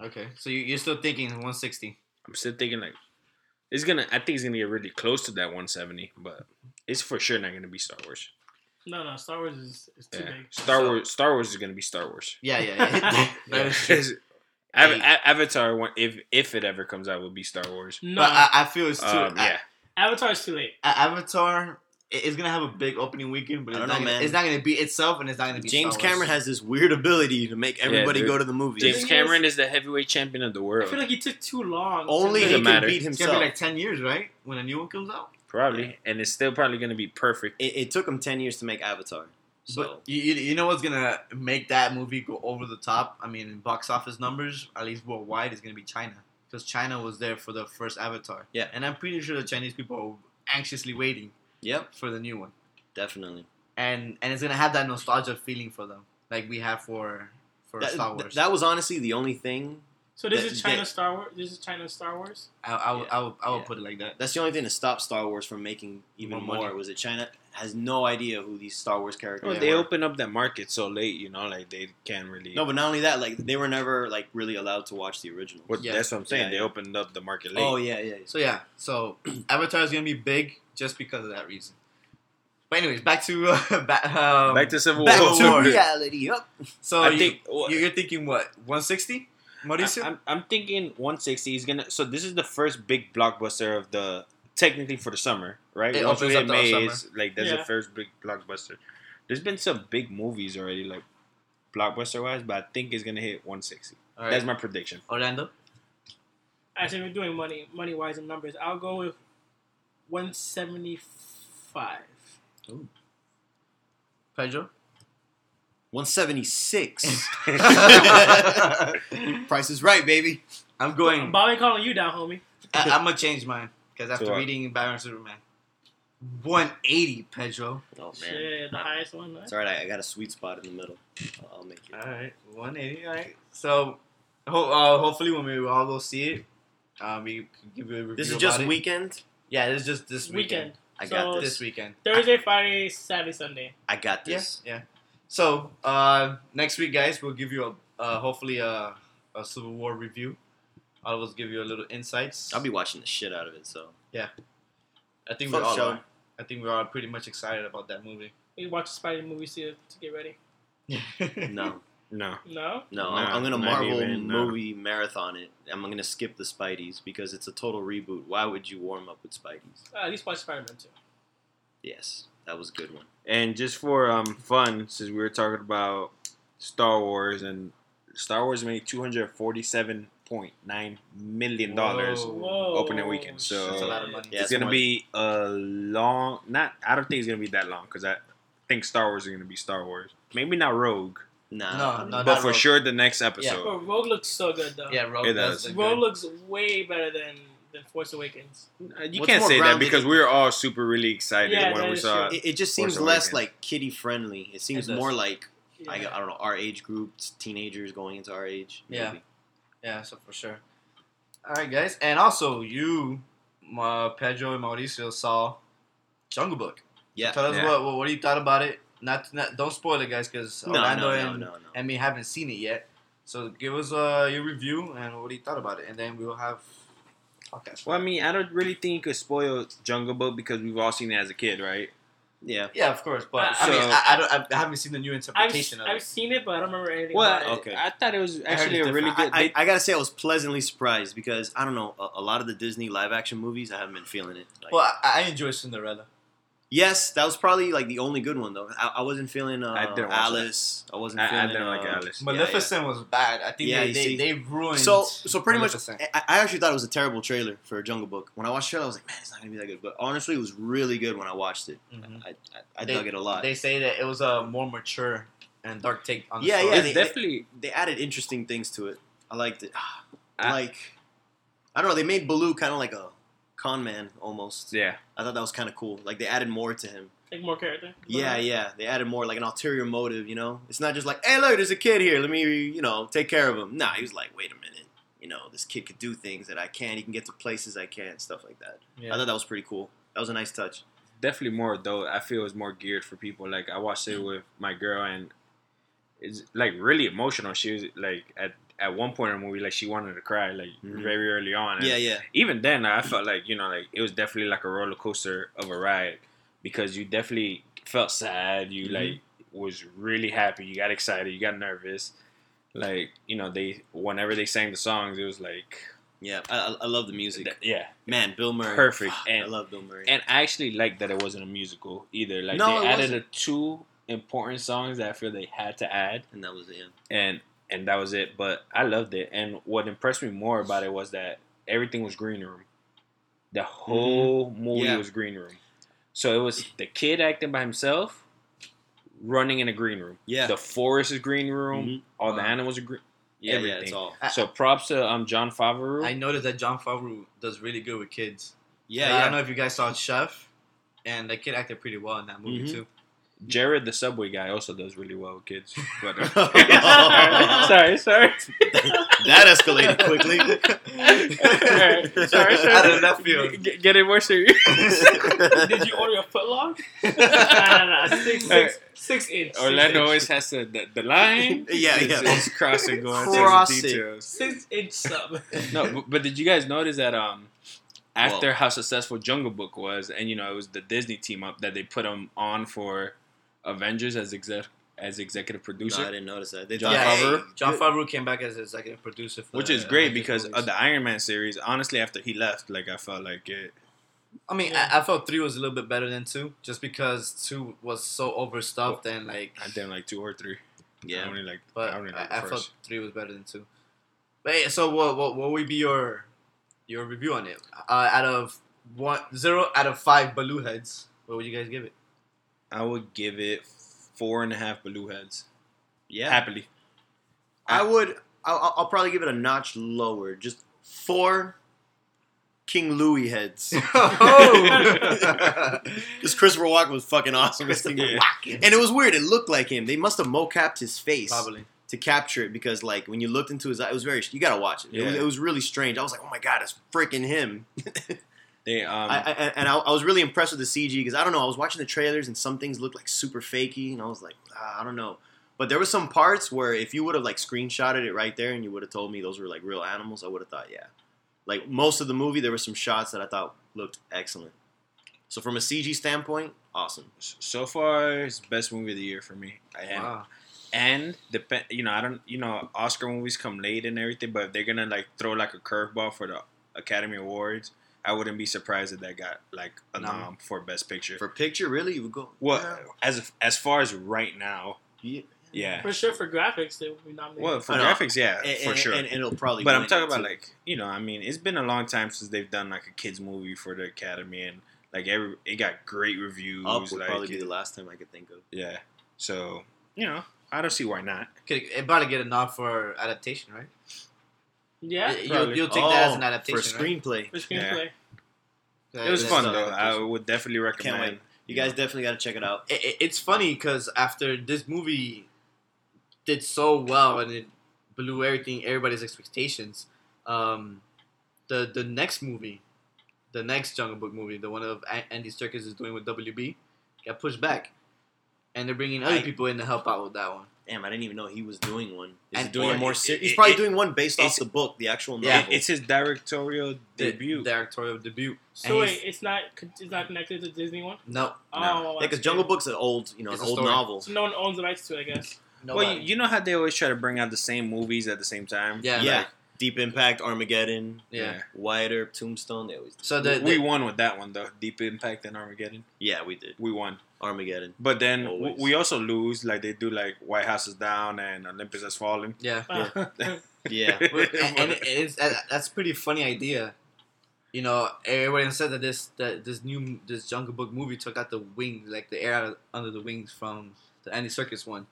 [SPEAKER 3] Okay, so you, you're still thinking 160.
[SPEAKER 4] I'm still thinking like it's gonna. I think it's gonna get really close to that 170, but it's for sure not gonna be Star Wars.
[SPEAKER 2] No, no, Star Wars is, is too
[SPEAKER 4] Yeah.
[SPEAKER 2] big.
[SPEAKER 4] Star
[SPEAKER 3] So-
[SPEAKER 4] Wars. Star Wars is gonna be Star Wars.
[SPEAKER 3] Yeah, yeah, yeah. That is true.
[SPEAKER 4] It's- Av-
[SPEAKER 3] Eight.
[SPEAKER 4] A- Avatar, when- if if it ever comes out, will be Star Wars.
[SPEAKER 2] No,
[SPEAKER 3] But I, I feel it's too.
[SPEAKER 4] Um, yeah,
[SPEAKER 2] Avatar's too late.
[SPEAKER 3] A- Avatar i- is gonna have a big opening weekend, but
[SPEAKER 1] I
[SPEAKER 3] it's
[SPEAKER 1] don't
[SPEAKER 3] not,
[SPEAKER 1] know,
[SPEAKER 3] gonna,
[SPEAKER 1] man.
[SPEAKER 3] it's not gonna be itself, and it's not gonna be
[SPEAKER 1] James
[SPEAKER 3] Star Wars.
[SPEAKER 1] Cameron has this weird ability to make everybody
[SPEAKER 4] dude.
[SPEAKER 1] go to the movies.
[SPEAKER 4] James
[SPEAKER 2] Yes.
[SPEAKER 4] Cameron is the heavyweight champion of the
[SPEAKER 2] I
[SPEAKER 4] world.
[SPEAKER 2] feel like he took too long. to
[SPEAKER 1] Only
[SPEAKER 2] make-
[SPEAKER 1] he
[SPEAKER 4] Doesn't
[SPEAKER 1] can
[SPEAKER 4] matter.
[SPEAKER 1] beat
[SPEAKER 3] It's gonna
[SPEAKER 1] himself.
[SPEAKER 3] be like ten years, right? When a new one comes out.
[SPEAKER 4] probably, and it's still probably gonna be perfect.
[SPEAKER 1] it, it took him ten years to make Avatar. So
[SPEAKER 3] But you, you you know what's gonna make that movie go over the top? I mean, in box office numbers, at least worldwide, is gonna be China because China was there for the first Avatar.
[SPEAKER 1] Yeah.
[SPEAKER 3] and I'm pretty sure the Chinese people are anxiously waiting
[SPEAKER 1] yep,
[SPEAKER 3] for the new one,
[SPEAKER 1] definitely.
[SPEAKER 3] and and it's gonna have that nostalgia feeling for them, like we have for for
[SPEAKER 1] That,
[SPEAKER 3] Star Wars.
[SPEAKER 1] that was honestly the only thing.
[SPEAKER 2] So this
[SPEAKER 1] That-
[SPEAKER 2] is China
[SPEAKER 1] that-
[SPEAKER 2] Star Wars. This is China Star Wars.
[SPEAKER 3] I, I, would, I would, I would
[SPEAKER 1] Yeah.
[SPEAKER 3] put it like that.
[SPEAKER 1] That's the only thing that stopped Star Wars from making even
[SPEAKER 3] More
[SPEAKER 1] more.
[SPEAKER 3] money.
[SPEAKER 1] Was that China has no idea who these Star Wars characters
[SPEAKER 4] Well,
[SPEAKER 1] are.
[SPEAKER 4] Oh, they open up that market so late, you know, like they can't really.
[SPEAKER 1] No, but not only that, like they were never like really allowed to watch the original.
[SPEAKER 4] What-
[SPEAKER 3] Yeah.
[SPEAKER 4] That's what I'm saying.
[SPEAKER 1] Yeah,
[SPEAKER 4] They
[SPEAKER 1] yeah.
[SPEAKER 4] opened up the market late.
[SPEAKER 1] Oh yeah, yeah.
[SPEAKER 3] So yeah, so Avatar is gonna be big just because of that reason. But anyways, back to uh, back, um,
[SPEAKER 4] back to Civil
[SPEAKER 1] Back
[SPEAKER 4] War.
[SPEAKER 3] Civil
[SPEAKER 1] to
[SPEAKER 3] War.
[SPEAKER 1] reality. Up.
[SPEAKER 3] so
[SPEAKER 4] I
[SPEAKER 3] you,
[SPEAKER 4] think.
[SPEAKER 3] you- you're thinking what 160, Mauricio?
[SPEAKER 4] I, am I'm thinking 160 is gonna. So this is the first big blockbuster of the technically for the summer, right?
[SPEAKER 3] It
[SPEAKER 4] Once
[SPEAKER 3] opens
[SPEAKER 4] we hit
[SPEAKER 3] up the
[SPEAKER 4] May,
[SPEAKER 3] summer.
[SPEAKER 4] it's, like that's
[SPEAKER 2] Yeah.
[SPEAKER 4] the first big blockbuster. There's been some big movies already, like blockbuster wise, but I think it's gonna hit 160.
[SPEAKER 3] All right.
[SPEAKER 4] That's my prediction.
[SPEAKER 3] Orlando.
[SPEAKER 2] I said we're doing money, money wise and numbers. I'll go with one seventy five.
[SPEAKER 3] Pedro.
[SPEAKER 1] One seventy six.
[SPEAKER 3] I'm
[SPEAKER 1] Price is right, baby.
[SPEAKER 3] going.
[SPEAKER 2] Bob ain't calling you down, homie.
[SPEAKER 3] I, I'm gonna change mine because after
[SPEAKER 4] To what?
[SPEAKER 3] reading Batman Superman, 180 Pedro.
[SPEAKER 1] Oh man,
[SPEAKER 2] Shit, the highest one.
[SPEAKER 1] it's all right. I, I got a sweet spot in the middle. I'll- I'll make it.
[SPEAKER 3] All right, 180. All right. So, ho- uh, hopefully when we all go see it, uh, we can give you a review.
[SPEAKER 1] This is
[SPEAKER 3] about
[SPEAKER 1] just Oh,
[SPEAKER 3] it.
[SPEAKER 1] weekend.
[SPEAKER 3] Yeah, this is just this
[SPEAKER 2] This weekend.
[SPEAKER 3] weekend.
[SPEAKER 1] I
[SPEAKER 2] So-
[SPEAKER 1] got this.
[SPEAKER 3] This weekend.
[SPEAKER 2] Thursday, Friday, Saturday, Sunday.
[SPEAKER 1] I got
[SPEAKER 3] Yes.
[SPEAKER 1] this.
[SPEAKER 3] Yeah. So uh, next week, guys, we'll give you a uh, hopefully a, a Civil War review. I'll just give you a little insights.
[SPEAKER 1] I'll be watching the shit out of it. So
[SPEAKER 3] I think we
[SPEAKER 1] Fuck
[SPEAKER 3] all.
[SPEAKER 1] show.
[SPEAKER 3] Are. I think we are pretty much excited about that movie.
[SPEAKER 2] We watch the Spider movie to, to get ready.
[SPEAKER 1] no,
[SPEAKER 4] No,
[SPEAKER 2] No,
[SPEAKER 1] no,
[SPEAKER 4] Nah,
[SPEAKER 1] I'm, I'm gonna
[SPEAKER 4] not
[SPEAKER 1] Marvel
[SPEAKER 4] even, no.
[SPEAKER 1] movie marathon it. I'm gonna skip the Spideys because it's a total reboot. Why would you warm up with Spideys?
[SPEAKER 2] uh, at least watch Spider Man too.
[SPEAKER 1] Yes, that was a good one.
[SPEAKER 4] and just for um fun, since we were talking about Star Wars and Star Wars made 247.9 million dollars
[SPEAKER 3] Whoa.
[SPEAKER 2] Whoa.
[SPEAKER 4] opening weekend. So
[SPEAKER 3] That's a lot of money.
[SPEAKER 1] Yeah,
[SPEAKER 4] it's gonna
[SPEAKER 1] more-
[SPEAKER 4] be a long. Not, I don't think it's gonna be that long because I think Star Wars is gonna be Star Wars. Maybe not Rogue,
[SPEAKER 1] Nah,
[SPEAKER 3] No,
[SPEAKER 1] I mean,
[SPEAKER 3] no,
[SPEAKER 4] but
[SPEAKER 3] not
[SPEAKER 4] for
[SPEAKER 3] Rogue.
[SPEAKER 4] sure the next episode.
[SPEAKER 2] Bro, Rogue looks so good though.
[SPEAKER 3] Yeah, Rogue
[SPEAKER 4] It
[SPEAKER 3] does.
[SPEAKER 4] does.
[SPEAKER 3] look
[SPEAKER 2] Rogue
[SPEAKER 3] good.
[SPEAKER 2] looks way better than than Force Awakens.
[SPEAKER 4] You
[SPEAKER 1] What's
[SPEAKER 4] can't
[SPEAKER 1] more
[SPEAKER 4] say that
[SPEAKER 1] grounded
[SPEAKER 4] because
[SPEAKER 1] is-
[SPEAKER 4] we were all super really excited
[SPEAKER 2] Yeah,
[SPEAKER 4] when
[SPEAKER 2] that
[SPEAKER 4] we
[SPEAKER 2] is
[SPEAKER 4] saw.
[SPEAKER 2] true.
[SPEAKER 4] it.
[SPEAKER 1] It, it just
[SPEAKER 4] Force
[SPEAKER 1] seems less
[SPEAKER 4] Awakens.
[SPEAKER 1] like kiddie friendly. It seems
[SPEAKER 3] It does.
[SPEAKER 1] more like
[SPEAKER 2] Yeah.
[SPEAKER 1] I, I don't know our age group, teenagers going into our age.
[SPEAKER 3] Yeah.
[SPEAKER 1] maybe.
[SPEAKER 3] Yeah, so for sure. All right, guys, and also you, Ma Pedro and Mauricio saw Jungle Book.
[SPEAKER 1] yeah.
[SPEAKER 3] Tell us
[SPEAKER 4] Yeah.
[SPEAKER 3] what, what what you thought about it. Not, not don't spoil it, guys, because
[SPEAKER 1] No,
[SPEAKER 3] Orlando
[SPEAKER 1] no, no,
[SPEAKER 3] and
[SPEAKER 1] no, no.
[SPEAKER 3] and we haven't seen it yet. So give us uh, your review and what you thought about it, and then we'll have podcast.
[SPEAKER 4] Well, I mean, I don't really think you could spoil Jungle Book because we've all seen it as a kid, right?
[SPEAKER 1] yeah.
[SPEAKER 3] yeah, of course, but I
[SPEAKER 2] So-
[SPEAKER 3] mean, I, I, don't, I haven't seen the new
[SPEAKER 2] I've,
[SPEAKER 3] interpretation of
[SPEAKER 2] I've
[SPEAKER 3] it.
[SPEAKER 2] seen it, but I don't remember anything about
[SPEAKER 4] Well, uh,
[SPEAKER 2] it.
[SPEAKER 1] Okay.
[SPEAKER 4] I thought it was actually
[SPEAKER 3] it's
[SPEAKER 4] a really good.
[SPEAKER 1] I, I, I gotta say, I was pleasantly surprised because I don't know a, a lot of the Disney live action movies. I haven't been feeling it. Like,
[SPEAKER 3] Well, I, I enjoy Cinderella.
[SPEAKER 1] yes, that was probably like the only good one though. I, I wasn't feeling uh,
[SPEAKER 4] I didn't watch that.
[SPEAKER 1] Alice. I wasn't
[SPEAKER 4] I- I
[SPEAKER 1] feeling
[SPEAKER 4] didn't like
[SPEAKER 1] uh,
[SPEAKER 4] Alice.
[SPEAKER 1] yeah, yeah.
[SPEAKER 3] Maleficent was bad. I think
[SPEAKER 1] Yeah,
[SPEAKER 3] they,
[SPEAKER 1] you
[SPEAKER 3] they,
[SPEAKER 1] see.
[SPEAKER 3] they ruined.
[SPEAKER 1] So, so pretty much,
[SPEAKER 3] Maleficent.
[SPEAKER 1] I, I actually thought it was a terrible trailer for Jungle Book. When I watched the trailer, I was like, man, it's not gonna be that good. But honestly, it was really good when I watched it.
[SPEAKER 3] Mhm.
[SPEAKER 1] I, I, I
[SPEAKER 3] They-
[SPEAKER 1] dug it a lot.
[SPEAKER 3] They
[SPEAKER 1] They,
[SPEAKER 3] say that it was a more mature and dark take on. The
[SPEAKER 1] Yeah,
[SPEAKER 3] story.
[SPEAKER 1] yeah,
[SPEAKER 4] it's
[SPEAKER 1] they-
[SPEAKER 4] definitely.
[SPEAKER 1] added interesting things to it. I liked it.
[SPEAKER 4] I-
[SPEAKER 1] like, I don't know. They made Baloo kind of like a con man almost.
[SPEAKER 4] yeah,
[SPEAKER 1] I thought that was kind of cool. Like they added more to him.
[SPEAKER 2] Like more character.
[SPEAKER 1] Yeah, yeah. They added more like an ulterior motive, you know? It's not just like, hey, look, there's a kid here. Let me, you know, take care of him. Nah, he was like, wait a minute. You know, this kid could do things that I can't. He can get to places I can't, stuff like that.
[SPEAKER 3] Yeah.
[SPEAKER 1] I thought that was pretty cool. That was a nice touch.
[SPEAKER 4] definitely more adult. I feel it's more geared for people. Like I watched it with my girl, and it's like really emotional. She was like at at one point in the movie, like she wanted to cry, like
[SPEAKER 1] Mhm.
[SPEAKER 4] very early on. And
[SPEAKER 1] Yeah, yeah.
[SPEAKER 4] Even then, I felt like you know, like it was definitely like a roller coaster of a ride because you definitely felt sad. You
[SPEAKER 1] Mhm.
[SPEAKER 4] like was really happy. You got excited. You got nervous. like you know they whenever they sang the songs, it was like
[SPEAKER 1] Yeah, I, I- I love the music.
[SPEAKER 4] th- yeah,
[SPEAKER 1] Man, Bill Murray.
[SPEAKER 4] perfect.
[SPEAKER 1] I
[SPEAKER 4] And
[SPEAKER 1] love Bill Murray.
[SPEAKER 4] and I actually like that it wasn't a musical either. Like
[SPEAKER 1] No,
[SPEAKER 4] they
[SPEAKER 1] it
[SPEAKER 4] added
[SPEAKER 1] wasn't.
[SPEAKER 4] the two important songs that I feel they had to add,
[SPEAKER 1] And that was it.
[SPEAKER 4] and and that was it. But I loved it, and what impressed me more about it was that everything was green room. The whole movie
[SPEAKER 1] Mm-hmm. Yeah.
[SPEAKER 4] was green room. So it was the kid acting by himself, running in a green room.
[SPEAKER 1] Yeah.
[SPEAKER 4] The forest is green room.
[SPEAKER 1] Mhm.
[SPEAKER 4] All the
[SPEAKER 3] Wow.
[SPEAKER 4] animals are green.
[SPEAKER 1] Yeah, yeah,
[SPEAKER 4] everything.
[SPEAKER 1] it's all.
[SPEAKER 3] I-
[SPEAKER 4] So props to um John Favreau.
[SPEAKER 3] I noticed that John Favreau does really good with kids.
[SPEAKER 1] Yeah,
[SPEAKER 3] I
[SPEAKER 1] yeah.
[SPEAKER 3] don't know if you guys saw Chef, and the kid acted pretty well in that movie
[SPEAKER 1] Mhm.
[SPEAKER 3] too.
[SPEAKER 4] Jared, the subway guy, also does really well with kids. But, uh,
[SPEAKER 1] Oh.
[SPEAKER 4] sorry, sorry.
[SPEAKER 1] that escalated quickly.
[SPEAKER 4] Alright, sorry, sorry.
[SPEAKER 3] Out of left field.
[SPEAKER 4] Get, get it more serious.
[SPEAKER 2] Did you order a foot long? nah, nah, nah. Six, six, six inch.
[SPEAKER 4] Orlando always has to, the, the line.
[SPEAKER 1] Yeah,
[SPEAKER 4] is-
[SPEAKER 1] yeah.
[SPEAKER 4] is crossing going
[SPEAKER 1] Cross
[SPEAKER 4] to
[SPEAKER 1] it.
[SPEAKER 4] the details.
[SPEAKER 2] Six inch sub.
[SPEAKER 4] No, but, but did you guys notice that um after how successful Jungle Book was, and you know it was the Disney team up that they put him on for Avengers as exec as executive
[SPEAKER 1] no, I
[SPEAKER 4] producer,
[SPEAKER 1] didn't notice that. They
[SPEAKER 4] John
[SPEAKER 1] dropped-
[SPEAKER 4] Favreau?
[SPEAKER 3] John Favreau came back as executive producer, for
[SPEAKER 4] which
[SPEAKER 3] the
[SPEAKER 4] is great
[SPEAKER 3] Avengers
[SPEAKER 4] because
[SPEAKER 3] movies.
[SPEAKER 4] of the Iron Man series. Honestly, after he left, like I felt like it.
[SPEAKER 3] I mean, I, I felt three was a little bit better than two, just because two was so overstuffed and like.
[SPEAKER 4] I didn't like two or three. I
[SPEAKER 1] Yeah.
[SPEAKER 4] only like.
[SPEAKER 3] But
[SPEAKER 4] I only
[SPEAKER 3] I,
[SPEAKER 4] like
[SPEAKER 3] I
[SPEAKER 4] the
[SPEAKER 3] felt
[SPEAKER 4] first.
[SPEAKER 3] three was better than two. But hey, so what, what what would be your your review on it? Uh, out of one zero out of five baloo heads, what would you guys give it?
[SPEAKER 4] I would give it four and a half blue heads
[SPEAKER 1] Yeah.
[SPEAKER 4] happily.
[SPEAKER 1] I would. I'll, I'll- I'll probably give it a notch lower. Just four King Louis heads.
[SPEAKER 3] oh,
[SPEAKER 1] Because Christopher Walken was fucking awesome. as King Louis.
[SPEAKER 4] Yeah.
[SPEAKER 1] And it was weird. It looked like him. They must have mocapped his face
[SPEAKER 3] probably.
[SPEAKER 1] to capture it because, like, when you looked into his eye, it was very. You gotta watch it. It, was,
[SPEAKER 4] Yeah.
[SPEAKER 1] it was really strange. I was like, oh my god, it's freaking him.
[SPEAKER 4] They um
[SPEAKER 1] I, I, and I, I was really impressed with the CG because I don't know. I was watching the trailers and some things looked like super fakey, and I was like, ah, I don't know. But there were some parts where if you would have like screenshotted it right there and you would have told me those were like real animals, I would have thought, yeah. Like most of the movie, there were some shots that I thought looked excellent. So from a CG standpoint, awesome.
[SPEAKER 4] so far it's best movie of the year for me. And
[SPEAKER 3] Wow.
[SPEAKER 4] and depend you know I don't you know Oscar movies come late and everything, but if they're gonna like throw like a curveball for the Academy Awards, I wouldn't be surprised if that got like a
[SPEAKER 3] Nom.
[SPEAKER 4] nom for best picture.
[SPEAKER 1] For picture, really, you would go.
[SPEAKER 4] well, uh,
[SPEAKER 1] yeah,
[SPEAKER 4] as as far as right now,
[SPEAKER 1] yeah.
[SPEAKER 4] yeah.
[SPEAKER 2] For sure, for graphics, they would be nominated.
[SPEAKER 4] Well, for
[SPEAKER 1] I know.
[SPEAKER 4] graphics, yeah,
[SPEAKER 1] And,
[SPEAKER 4] for sure.
[SPEAKER 1] and, and it'll probably.
[SPEAKER 4] but I'm
[SPEAKER 1] win
[SPEAKER 4] talking
[SPEAKER 1] it,
[SPEAKER 4] about
[SPEAKER 1] too.
[SPEAKER 4] like you know, I mean, it's been a long time since they've done like a kids movie for the Academy, and like every it got great reviews.
[SPEAKER 1] Up would
[SPEAKER 4] like,
[SPEAKER 1] probably be the last time I could think of.
[SPEAKER 4] yeah, so you know, I don't see why not.
[SPEAKER 3] Could it probably get a nod for adaptation, right?
[SPEAKER 2] yeah,
[SPEAKER 3] You- you'll,
[SPEAKER 4] probably.
[SPEAKER 3] you'll take that as
[SPEAKER 1] Oh,
[SPEAKER 3] an adaptation.
[SPEAKER 1] for
[SPEAKER 3] right?
[SPEAKER 1] screenplay.
[SPEAKER 2] for screenplay.
[SPEAKER 3] Yeah,
[SPEAKER 4] It was
[SPEAKER 3] that's
[SPEAKER 4] fun
[SPEAKER 3] not
[SPEAKER 4] though. I
[SPEAKER 3] adaptation.
[SPEAKER 4] would definitely recommend.
[SPEAKER 1] You guys definitely got to check it out.
[SPEAKER 3] It- it- it's funny because after this movie did so well and it blew everything, everybody's expectations. Um, the the next movie, the next Jungle Book movie, the one of A- Andy Serkis is doing with WB, got pushed back, and they're bringing other
[SPEAKER 1] I-
[SPEAKER 3] people in to help out with that one.
[SPEAKER 1] Damn, I didn't even know he was doing one. Is he
[SPEAKER 3] And-
[SPEAKER 1] doing
[SPEAKER 3] or
[SPEAKER 1] a more
[SPEAKER 4] it-
[SPEAKER 1] serious?
[SPEAKER 4] it-
[SPEAKER 1] He's probably
[SPEAKER 4] it-
[SPEAKER 1] doing one based off
[SPEAKER 4] it's-
[SPEAKER 1] the book, the actual
[SPEAKER 3] Yeah,
[SPEAKER 1] novel.
[SPEAKER 4] It's his directorial
[SPEAKER 3] The-
[SPEAKER 4] debut.
[SPEAKER 3] directorial debut.
[SPEAKER 2] So
[SPEAKER 3] And he's-
[SPEAKER 2] wait, it's not it's not connected to Disney one.
[SPEAKER 3] No,
[SPEAKER 2] Oh,
[SPEAKER 1] because Jungle Book's an old, you know,
[SPEAKER 3] It's
[SPEAKER 1] an
[SPEAKER 3] a
[SPEAKER 1] old
[SPEAKER 3] story.
[SPEAKER 1] novel.
[SPEAKER 2] So no one owns the rights to it, I guess.
[SPEAKER 3] no.
[SPEAKER 4] well, you, you know how they always try to bring out the same movies at the same time.
[SPEAKER 3] yeah,
[SPEAKER 1] yeah,
[SPEAKER 3] like-
[SPEAKER 1] Deep Impact, Armageddon,
[SPEAKER 3] yeah.
[SPEAKER 1] Wider, Tombstone. They always.
[SPEAKER 3] So the, the
[SPEAKER 4] we won with that one though. Deep Impact and Armageddon.
[SPEAKER 1] Yeah, we did
[SPEAKER 4] We won.
[SPEAKER 1] Armageddon.
[SPEAKER 4] But then w-
[SPEAKER 1] Always.
[SPEAKER 4] we also lose, like they do, like White House is down and Olympus has fallen.
[SPEAKER 3] yeah.
[SPEAKER 2] Uh,
[SPEAKER 1] Yeah,
[SPEAKER 3] Well, and, and it's that, that's a pretty funny idea. You know, everybody said that this that this new this Jungle Book movie took out the wings, like the air out of, under the wings from the Andy Circus one,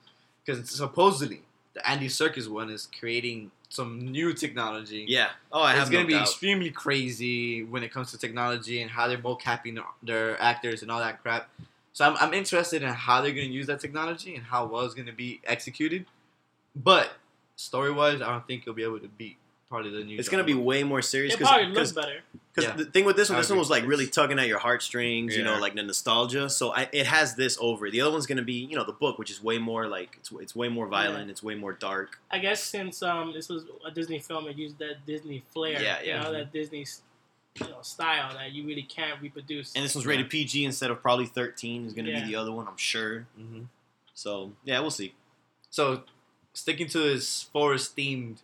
[SPEAKER 3] because supposedly the Andy Circus one is creating some new technology.
[SPEAKER 1] yeah. Oh, I have
[SPEAKER 3] it's gonna
[SPEAKER 1] no
[SPEAKER 3] be
[SPEAKER 1] doubt.
[SPEAKER 3] extremely crazy when it comes to technology and how they're mocapping their, their actors and all that crap. So I'm, I'm interested in how they're gonna use that technology and how well it's gonna be executed. But story wise, I don't think you'll be able to beat probably the new.
[SPEAKER 1] It's gonna be
[SPEAKER 3] Jungle
[SPEAKER 1] way more serious
[SPEAKER 2] it
[SPEAKER 1] because
[SPEAKER 2] probably looks better.
[SPEAKER 1] Because
[SPEAKER 3] Yeah.
[SPEAKER 1] the thing with this one,
[SPEAKER 3] I
[SPEAKER 1] this one
[SPEAKER 3] agree.
[SPEAKER 1] was like really tugging at your heartstrings, you know,
[SPEAKER 4] Yeah.
[SPEAKER 1] like the nostalgia. So I, it has this over. it. The other one's gonna be, you know, the book, which is way more like it's, it's way more violent, it's way more dark.
[SPEAKER 2] I guess since um this was a Disney film, it used that Disney flair.
[SPEAKER 1] Yeah, yeah.
[SPEAKER 2] You know, that Disney s- you know, style that you really can't reproduce.
[SPEAKER 1] And this one's rated PG instead of probably 13 is gonna
[SPEAKER 2] Yeah.
[SPEAKER 1] be the other one, I'm sure.
[SPEAKER 3] Book. Mhm.
[SPEAKER 1] So yeah, we'll see.
[SPEAKER 3] Mm-hmm. So sticking to this forest themed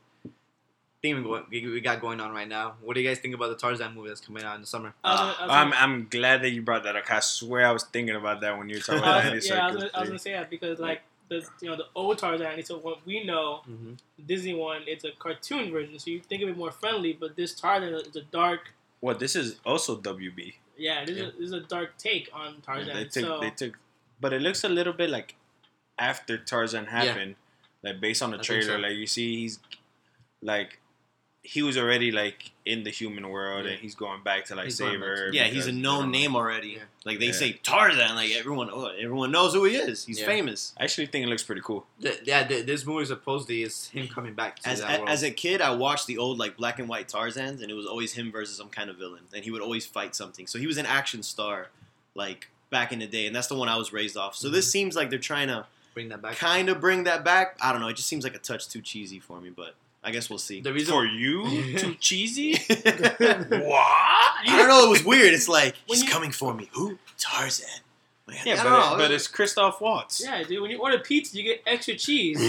[SPEAKER 3] theme we go- we got going on right now. What do you guys think about the Tarzan movie that's coming out in the summer?
[SPEAKER 2] I was gonna- I was
[SPEAKER 4] I'm,
[SPEAKER 2] gonna-
[SPEAKER 4] I'm glad that you brought that up. 'cause I swear I was thinking about that when you were talking about
[SPEAKER 2] I
[SPEAKER 4] Andy
[SPEAKER 2] was- yeah, I was, gonna,
[SPEAKER 4] Serkis
[SPEAKER 2] I was
[SPEAKER 4] thing.
[SPEAKER 2] gonna say that because like the you know the old Tarzan, so what we know
[SPEAKER 3] Mm-hmm.
[SPEAKER 2] Disney one, it's a cartoon version, so you think of it more friendly. But this Tarzan is a dark,
[SPEAKER 4] Well, this is also WB.
[SPEAKER 2] yeah, this, Is, this is a dark take on Tarzan.
[SPEAKER 4] They took
[SPEAKER 2] so
[SPEAKER 4] they took, but it looks a little bit like after Tarzan happened, like based on the
[SPEAKER 3] I think
[SPEAKER 4] trailer,
[SPEAKER 3] so.
[SPEAKER 4] like you see he's like he was already like in the human world
[SPEAKER 3] Yeah.
[SPEAKER 4] and he's going back to like
[SPEAKER 3] He's going
[SPEAKER 4] save
[SPEAKER 3] back to-
[SPEAKER 4] her.
[SPEAKER 1] Yeah, he's a
[SPEAKER 4] because-
[SPEAKER 1] known name already.
[SPEAKER 3] Yeah.
[SPEAKER 1] Like they
[SPEAKER 4] Yeah.
[SPEAKER 1] say Tarzan, like everyone, oh, everyone knows who he is. He's
[SPEAKER 3] Yeah.
[SPEAKER 1] famous.
[SPEAKER 4] I actually think it looks pretty cool.
[SPEAKER 3] Th- yeah, th- this movie supposedly is him coming back to
[SPEAKER 1] As,
[SPEAKER 3] that world.
[SPEAKER 1] as a kid, I watched the old like black and white Tarzans, and it was always him versus some kind of villain, and he would always fight something. So he was an action star, like back in the day, and that's the one I was raised off. So
[SPEAKER 3] Mhm.
[SPEAKER 1] this seems like they're trying to
[SPEAKER 3] Bring that back.
[SPEAKER 1] kind of bring that back. I don't know. It just seems like a touch too cheesy for me, but I guess we'll see.
[SPEAKER 3] The reason
[SPEAKER 4] For you, too cheesy.
[SPEAKER 1] I
[SPEAKER 4] what?
[SPEAKER 1] don't know. It was weird. It's like
[SPEAKER 2] When
[SPEAKER 1] he's
[SPEAKER 2] you-
[SPEAKER 1] coming for me. Who? Tarzan. Like,
[SPEAKER 4] Yeah,
[SPEAKER 1] I
[SPEAKER 4] but,
[SPEAKER 1] don't know.
[SPEAKER 4] it- but it's Christoph Waltz.
[SPEAKER 2] yeah, dude, when you order pizza, you get extra cheese.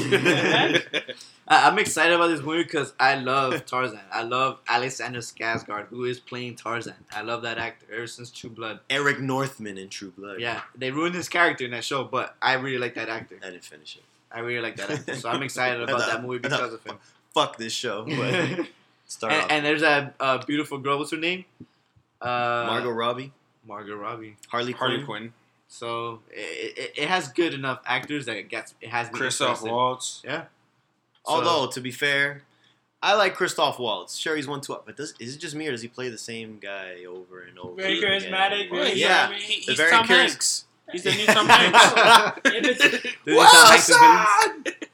[SPEAKER 3] I- I'm excited about this movie because I love Tarzan. I love Alexander Skarsgård, who is playing Tarzan. I love that actor ever since True Blood.
[SPEAKER 1] Eric Northman in True Blood.
[SPEAKER 3] Yeah, they ruined his character in that show, but I really like that actor.
[SPEAKER 1] I didn't finish it.
[SPEAKER 3] I really like that actor, so I'm excited about that movie because of him.
[SPEAKER 1] Fuck this show. But
[SPEAKER 3] and,
[SPEAKER 1] start off.
[SPEAKER 3] and there's that uh, beautiful girl. What's her name? Uh,
[SPEAKER 1] Margot Robbie,
[SPEAKER 3] Margot Robbie.
[SPEAKER 1] Harley,
[SPEAKER 4] Harley
[SPEAKER 1] Quinn.
[SPEAKER 4] Quinn,
[SPEAKER 3] So it, it, it has good enough actors that it gets it has me
[SPEAKER 4] Christoph
[SPEAKER 3] interested.
[SPEAKER 4] Waltz.
[SPEAKER 3] Yeah.
[SPEAKER 1] Although to be fair, I like Christoph Waltz. Sherry's one two. But does is it just me or does he play the same guy over and over?
[SPEAKER 2] Very
[SPEAKER 1] again?
[SPEAKER 2] charismatic, very
[SPEAKER 1] yeah,
[SPEAKER 2] charming.
[SPEAKER 1] The very curious-
[SPEAKER 4] He's the new
[SPEAKER 3] So-
[SPEAKER 4] Tom Hanks.
[SPEAKER 2] If it's-
[SPEAKER 3] Does it sound like the villains?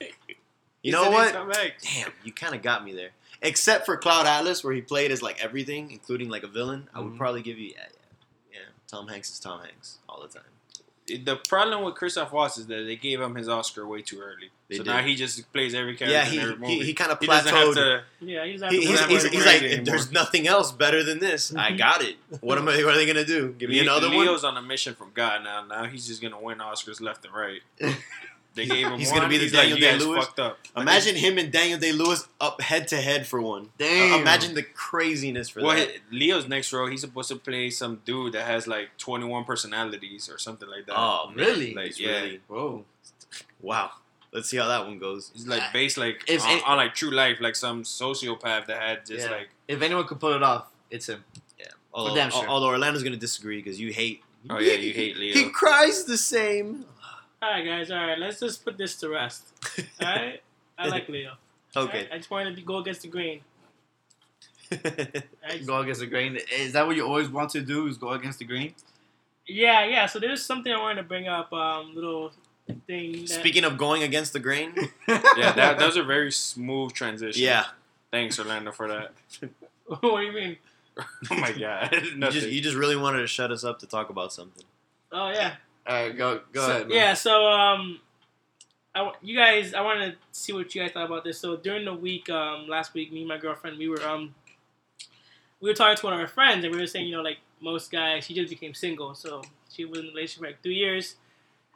[SPEAKER 1] You
[SPEAKER 4] He's
[SPEAKER 1] know
[SPEAKER 4] the new
[SPEAKER 1] what?
[SPEAKER 4] Tom Hanks.
[SPEAKER 1] Damn, you kind of got me there. Except for Cloud Atlas, where he played as like everything, including like a villain. I would
[SPEAKER 3] Mhm.
[SPEAKER 1] probably give you, yeah, yeah, yeah. Tom Hanks is Tom Hanks all the time.
[SPEAKER 4] The problem with Christoph Waltz is that they gave him his Oscar way too early.
[SPEAKER 1] They
[SPEAKER 4] so
[SPEAKER 1] did.
[SPEAKER 4] now he just plays every character
[SPEAKER 1] Yeah,
[SPEAKER 4] in every
[SPEAKER 1] he
[SPEAKER 4] movie.
[SPEAKER 1] he, he kind of
[SPEAKER 4] He doesn't have
[SPEAKER 1] plateaued.
[SPEAKER 4] to.
[SPEAKER 2] yeah, he's not.
[SPEAKER 1] He- he's,
[SPEAKER 4] Doesn't have
[SPEAKER 1] he's,
[SPEAKER 4] to
[SPEAKER 1] he's
[SPEAKER 4] be
[SPEAKER 1] like,
[SPEAKER 4] great anymore.
[SPEAKER 1] there's nothing else better than this. I got it. What am I? What are they gonna do? Give me
[SPEAKER 4] Le-
[SPEAKER 1] another one.
[SPEAKER 4] Leo's on a mission from God now. Now he's just gonna win Oscars left and right. They gave him
[SPEAKER 1] He's
[SPEAKER 4] one.
[SPEAKER 1] gonna be the
[SPEAKER 4] he's like,
[SPEAKER 1] Daniel
[SPEAKER 4] you guys
[SPEAKER 1] Day-Lewis.
[SPEAKER 4] fucked up.
[SPEAKER 1] Imagine him and Daniel Day Lewis up head to head for one.
[SPEAKER 3] Damn.
[SPEAKER 1] Uh, imagine the craziness for
[SPEAKER 4] Well,
[SPEAKER 1] that.
[SPEAKER 4] he- Leo's next role, he's supposed to play some dude that has like 21 personalities or something like that.
[SPEAKER 1] Oh, man.
[SPEAKER 3] Really?
[SPEAKER 4] Like,
[SPEAKER 1] It's
[SPEAKER 4] yeah.
[SPEAKER 1] really-
[SPEAKER 3] Whoa.
[SPEAKER 1] wow. Let's see how that one goes.
[SPEAKER 4] He's like based like
[SPEAKER 3] If
[SPEAKER 4] on,
[SPEAKER 3] it-
[SPEAKER 4] on, like true life, like some sociopath that had just
[SPEAKER 3] Yeah.
[SPEAKER 4] like
[SPEAKER 3] If anyone could pull it off, it's him.
[SPEAKER 1] Although,
[SPEAKER 3] damn sure.
[SPEAKER 1] although Orlando's gonna disagree because you hate.
[SPEAKER 4] Oh, yeah, you hate Leo.
[SPEAKER 1] He cries the same.
[SPEAKER 2] All right, guys. All right, let's just put this to rest. All right, I like Leo. All right,
[SPEAKER 1] okay.
[SPEAKER 2] I just wanted to be- go against the grain. I just-
[SPEAKER 3] Go against the grain. Is that what you always want to do? Is go against the grain?
[SPEAKER 2] yeah, yeah. So there's something I wanted to bring up. Um, little thing. That,
[SPEAKER 1] Speaking of going against the grain,
[SPEAKER 4] yeah, that, that was a very smooth transition.
[SPEAKER 1] yeah,
[SPEAKER 4] Thanks, Orlando, for that.
[SPEAKER 2] what do you mean?
[SPEAKER 4] Oh my god.
[SPEAKER 1] you
[SPEAKER 4] Nothing.
[SPEAKER 1] just, you just really wanted to shut us up to talk about something.
[SPEAKER 2] Oh yeah.
[SPEAKER 3] All right, go go
[SPEAKER 2] So-
[SPEAKER 3] ahead. Man.
[SPEAKER 2] Yeah. So um, I wa- you guys, I wanted to see what you guys thought about this. So during the week, um, last week, me and my girlfriend, we were um, we were talking to one of our friends, and we were saying, you know, like most guys, she just became single, so she was in a relationship for like three years,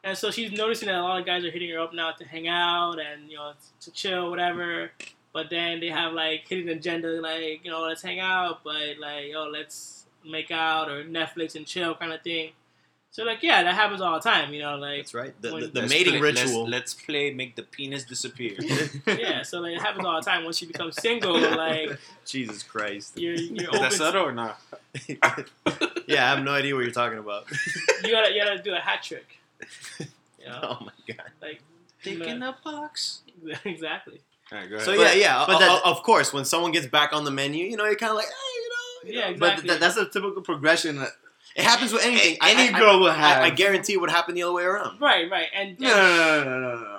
[SPEAKER 2] and so she's noticing that a lot of guys are hitting her up now to hang out and you know to chill, whatever. But then they have like hidden agenda, like you know, let's hang out, but like oh, let's make out or Netflix and chill kind of thing. So like yeah, that happens all the time, you know, like
[SPEAKER 1] That's right. The, the,
[SPEAKER 2] Let's
[SPEAKER 1] the
[SPEAKER 4] Let's
[SPEAKER 1] mating
[SPEAKER 4] play-
[SPEAKER 1] ritual.
[SPEAKER 4] Let's, let's play make the penis disappear.
[SPEAKER 2] yeah, so like it happens all the time. Once you become single, like
[SPEAKER 1] Jesus Christ.
[SPEAKER 2] you're you're
[SPEAKER 4] Is
[SPEAKER 2] open.
[SPEAKER 4] that subtle or not?
[SPEAKER 1] yeah, I have no idea what you're talking about.
[SPEAKER 2] you gotta you gotta do a hat trick. You know,
[SPEAKER 1] oh my god.
[SPEAKER 2] like
[SPEAKER 4] Dick in the box.
[SPEAKER 2] exactly.
[SPEAKER 4] Alright, go ahead.
[SPEAKER 1] So
[SPEAKER 3] But-
[SPEAKER 1] yeah, yeah.
[SPEAKER 3] but
[SPEAKER 1] o-
[SPEAKER 3] that-
[SPEAKER 1] o- of course, when someone gets back on the menu, you know, you're kind of like, hey, you know, you
[SPEAKER 2] Yeah,
[SPEAKER 1] know.
[SPEAKER 3] But
[SPEAKER 2] exactly.
[SPEAKER 3] th- that's a typical progression. That
[SPEAKER 1] It happens with anything. I-
[SPEAKER 3] any
[SPEAKER 1] I- I-
[SPEAKER 3] girl will have.
[SPEAKER 1] I, I guarantee it would happen the other way around.
[SPEAKER 2] Right, right, and, and
[SPEAKER 3] no, no, no, no, no, no, no.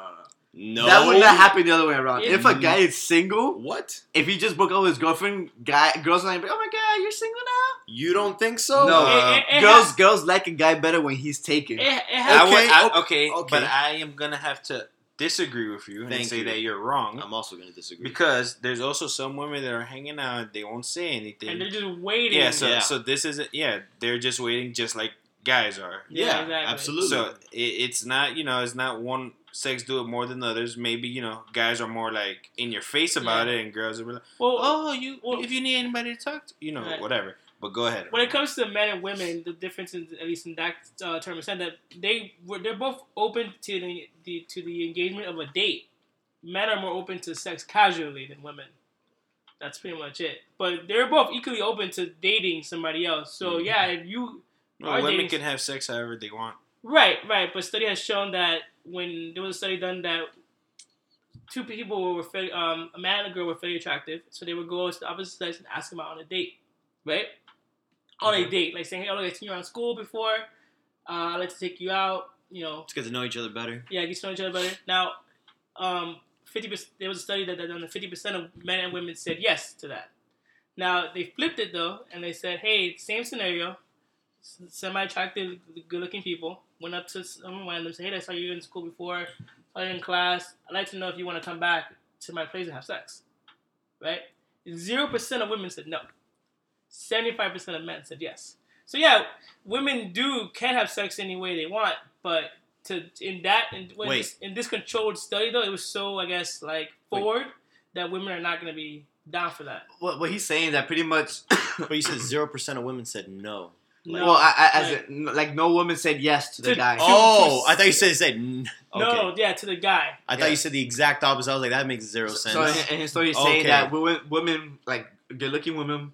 [SPEAKER 1] No,
[SPEAKER 3] That would not happen the other way around.
[SPEAKER 2] Yeah.
[SPEAKER 3] If a guy is single,
[SPEAKER 1] What?
[SPEAKER 3] if he just broke up with his girlfriend, guy girls are like, "Oh my god, you're single now."
[SPEAKER 1] You don't think so?
[SPEAKER 3] No,
[SPEAKER 2] It- it- it
[SPEAKER 3] girls
[SPEAKER 2] has-
[SPEAKER 3] girls like a guy better when he's
[SPEAKER 2] it,
[SPEAKER 3] taken.
[SPEAKER 2] it
[SPEAKER 4] I
[SPEAKER 2] has,
[SPEAKER 4] would-
[SPEAKER 1] Okay,
[SPEAKER 4] I-
[SPEAKER 1] o-
[SPEAKER 4] okay,
[SPEAKER 1] okay.
[SPEAKER 4] but I am gonna have to disagree with you and
[SPEAKER 1] Thank
[SPEAKER 4] say
[SPEAKER 1] you. Um,
[SPEAKER 4] that you're wrong
[SPEAKER 1] I'm also gonna disagree.
[SPEAKER 4] because there's also some women that are hanging out. They won't say anything.
[SPEAKER 2] and they're just waiting.
[SPEAKER 4] yeah, so
[SPEAKER 1] Yeah.
[SPEAKER 4] so this isn't. Yeah, they're just waiting, just like guys are.
[SPEAKER 2] Yeah,
[SPEAKER 1] yeah,
[SPEAKER 2] exactly.
[SPEAKER 1] absolutely.
[SPEAKER 4] So it, it's not. You know, it's not one sex do it more than others. Maybe you know guys are more like in your face about it, and girls are like,
[SPEAKER 2] Well,
[SPEAKER 4] "Oh, you
[SPEAKER 2] Well-
[SPEAKER 4] if you need anybody to talk to, you know,
[SPEAKER 2] Right.
[SPEAKER 4] whatever." But go ahead.
[SPEAKER 2] when it comes to men and women, the difference in at least in that uh, term is that they were they're both open to the, the to the engagement of a date. Men are more open to sex casually than women. That's pretty much it. But they're both equally open to dating somebody else. So
[SPEAKER 4] Mhm.
[SPEAKER 2] yeah, if you
[SPEAKER 4] No,
[SPEAKER 2] Our
[SPEAKER 4] women
[SPEAKER 2] dating-
[SPEAKER 4] can have sex however they want.
[SPEAKER 2] right right, but study has shown that when there was a study done that two people were fairly, um, a man and a girl were fairly attractive, so they would go to the opposite sex and ask them out on a date, right? On a
[SPEAKER 4] Mhm.
[SPEAKER 2] date, like saying, "Hey, look, I've seen you around school before. Uh, I'd like to take you out. You know,
[SPEAKER 1] Let's get to know each other better.
[SPEAKER 2] yeah, get to know each other better." Now, um, fifty percent. There was a study that that done fifty percent of men and women said yes to that. Now they flipped it though, and they said, "Hey, same scenario, s- semi-attractive, good-looking people went up to someone random, said, hey, I saw you in school before, saw you in class. I'd like to know if you want to come back to my place and have sex." Right? Zero percent of women said no. Seventy-five percent of men said yes. So yeah, women do can have sex any way they want, but to in that in, when
[SPEAKER 1] Wait.
[SPEAKER 2] this, in this controlled study though, it was so I guess like
[SPEAKER 3] Wait.
[SPEAKER 2] forward that women are not going to be down for that.
[SPEAKER 3] What, what he's saying that pretty much.
[SPEAKER 1] But you said zero percent of women said no.
[SPEAKER 2] No.
[SPEAKER 3] well, I, I, as
[SPEAKER 2] like-
[SPEAKER 3] in, like no woman said yes to the
[SPEAKER 2] To-
[SPEAKER 3] guy.
[SPEAKER 1] Oh, I thought you said said. N- okay.
[SPEAKER 2] No, yeah, to the guy.
[SPEAKER 1] I thought you said the exact opposite. I was like, that makes zero sense.
[SPEAKER 3] So in, in his story, he's saying
[SPEAKER 1] Okay.
[SPEAKER 3] that women, women like good-looking women,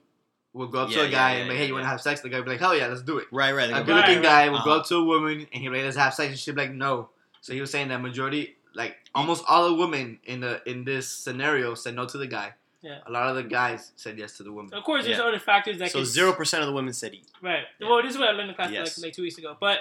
[SPEAKER 3] will go up
[SPEAKER 1] Yeah,
[SPEAKER 3] to a
[SPEAKER 1] yeah,
[SPEAKER 3] guy
[SPEAKER 1] yeah,
[SPEAKER 3] and be,
[SPEAKER 1] yeah,
[SPEAKER 3] "Hey, you want to
[SPEAKER 1] yeah.
[SPEAKER 3] have sex?" The guy will be like, "Hell yeah, let's do it."
[SPEAKER 1] right, right.
[SPEAKER 3] A
[SPEAKER 1] Like,
[SPEAKER 2] Right,
[SPEAKER 3] good-looking
[SPEAKER 2] right.
[SPEAKER 3] guy will go
[SPEAKER 1] Uh-huh.
[SPEAKER 3] up to a woman and he like, "Let's have sex," and she'll be like, "No." So he was saying that majority, like almost all the women in the in this scenario, said no to the guy.
[SPEAKER 2] Yeah.
[SPEAKER 3] A lot of the guys said yes to the woman.
[SPEAKER 2] Of course, there's
[SPEAKER 1] Yeah.
[SPEAKER 2] other factors that
[SPEAKER 1] so
[SPEAKER 2] can
[SPEAKER 1] zero percent of the women said e.
[SPEAKER 2] Right. Well, this is what I learned in class
[SPEAKER 1] Yes.
[SPEAKER 2] like, like two weeks ago. But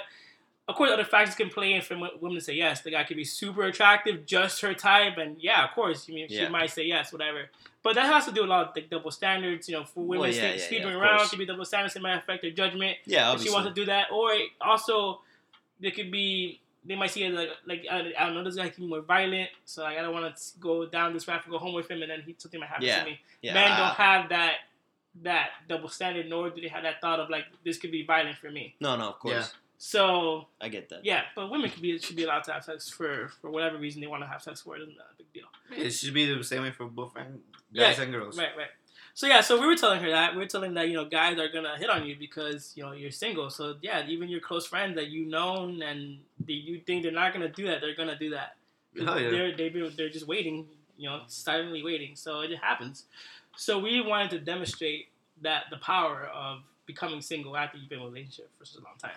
[SPEAKER 2] of course, other factors can play in for wo- women to say yes. The guy could be super attractive, just her type, and yeah, of course, you mean she
[SPEAKER 1] Yeah.
[SPEAKER 2] might say yes, whatever. But that has to do with a lot of the double standards. You know, for women
[SPEAKER 1] Well, yeah,
[SPEAKER 2] sleep-
[SPEAKER 1] yeah, yeah,
[SPEAKER 2] sleeping
[SPEAKER 1] of
[SPEAKER 2] around
[SPEAKER 1] course.
[SPEAKER 2] could be double standards. It might affect their judgment
[SPEAKER 1] yeah.
[SPEAKER 2] if she
[SPEAKER 1] Obviously,
[SPEAKER 2] wants to do that. Or it also, there could be they might see it like like I, I don't know this guy can be more violent, so like I don't want to go down this path, go home with him, and then he, something might happen
[SPEAKER 1] Yeah.
[SPEAKER 2] to me
[SPEAKER 1] yeah,
[SPEAKER 2] men
[SPEAKER 1] I-
[SPEAKER 2] don't have that that double standard, nor do they have that thought of like this could be violent for me.
[SPEAKER 1] no, no. Of course,
[SPEAKER 3] Yeah.
[SPEAKER 2] So
[SPEAKER 1] I get that.
[SPEAKER 2] yeah, but women could be should be allowed to have sex for for whatever reason they want to have sex for. It isn't a big deal.
[SPEAKER 3] It should be the same way for both and
[SPEAKER 2] Yeah.
[SPEAKER 3] guys and girls.
[SPEAKER 2] Right, right. So yeah, so we were telling her that we were telling that you know guys are gonna hit on you because you know you're single. So yeah, even your close friends that you known and that you think they're not gonna do that, they're gonna do that.
[SPEAKER 3] Hell yeah.
[SPEAKER 2] They're they've been, they're just waiting, you know, silently waiting. So it happens. So we wanted to demonstrate that the power of becoming single after you've been in a relationship for such a long time.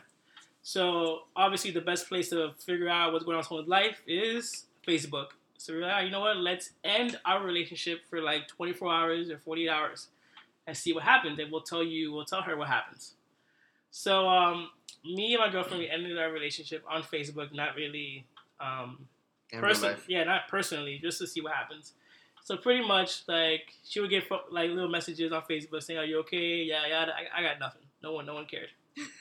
[SPEAKER 2] So obviously the best place to figure out what's going on in someone's life is Facebook. So we're like, "Ah, you know what? Let's end our relationship for like 24 hours or 48 hours and see what happens. And we'll tell you, we'll tell her what happens. So um, me and my girlfriend, we ended our relationship on Facebook, not really um,
[SPEAKER 3] In real
[SPEAKER 2] person,
[SPEAKER 3] life.
[SPEAKER 2] yeah, not personally, just to see what happens. So pretty much, like she would get fo- like little messages on Facebook saying, "Are you okay?" Yeah, yeah. I, I got nothing. No one, no one cared.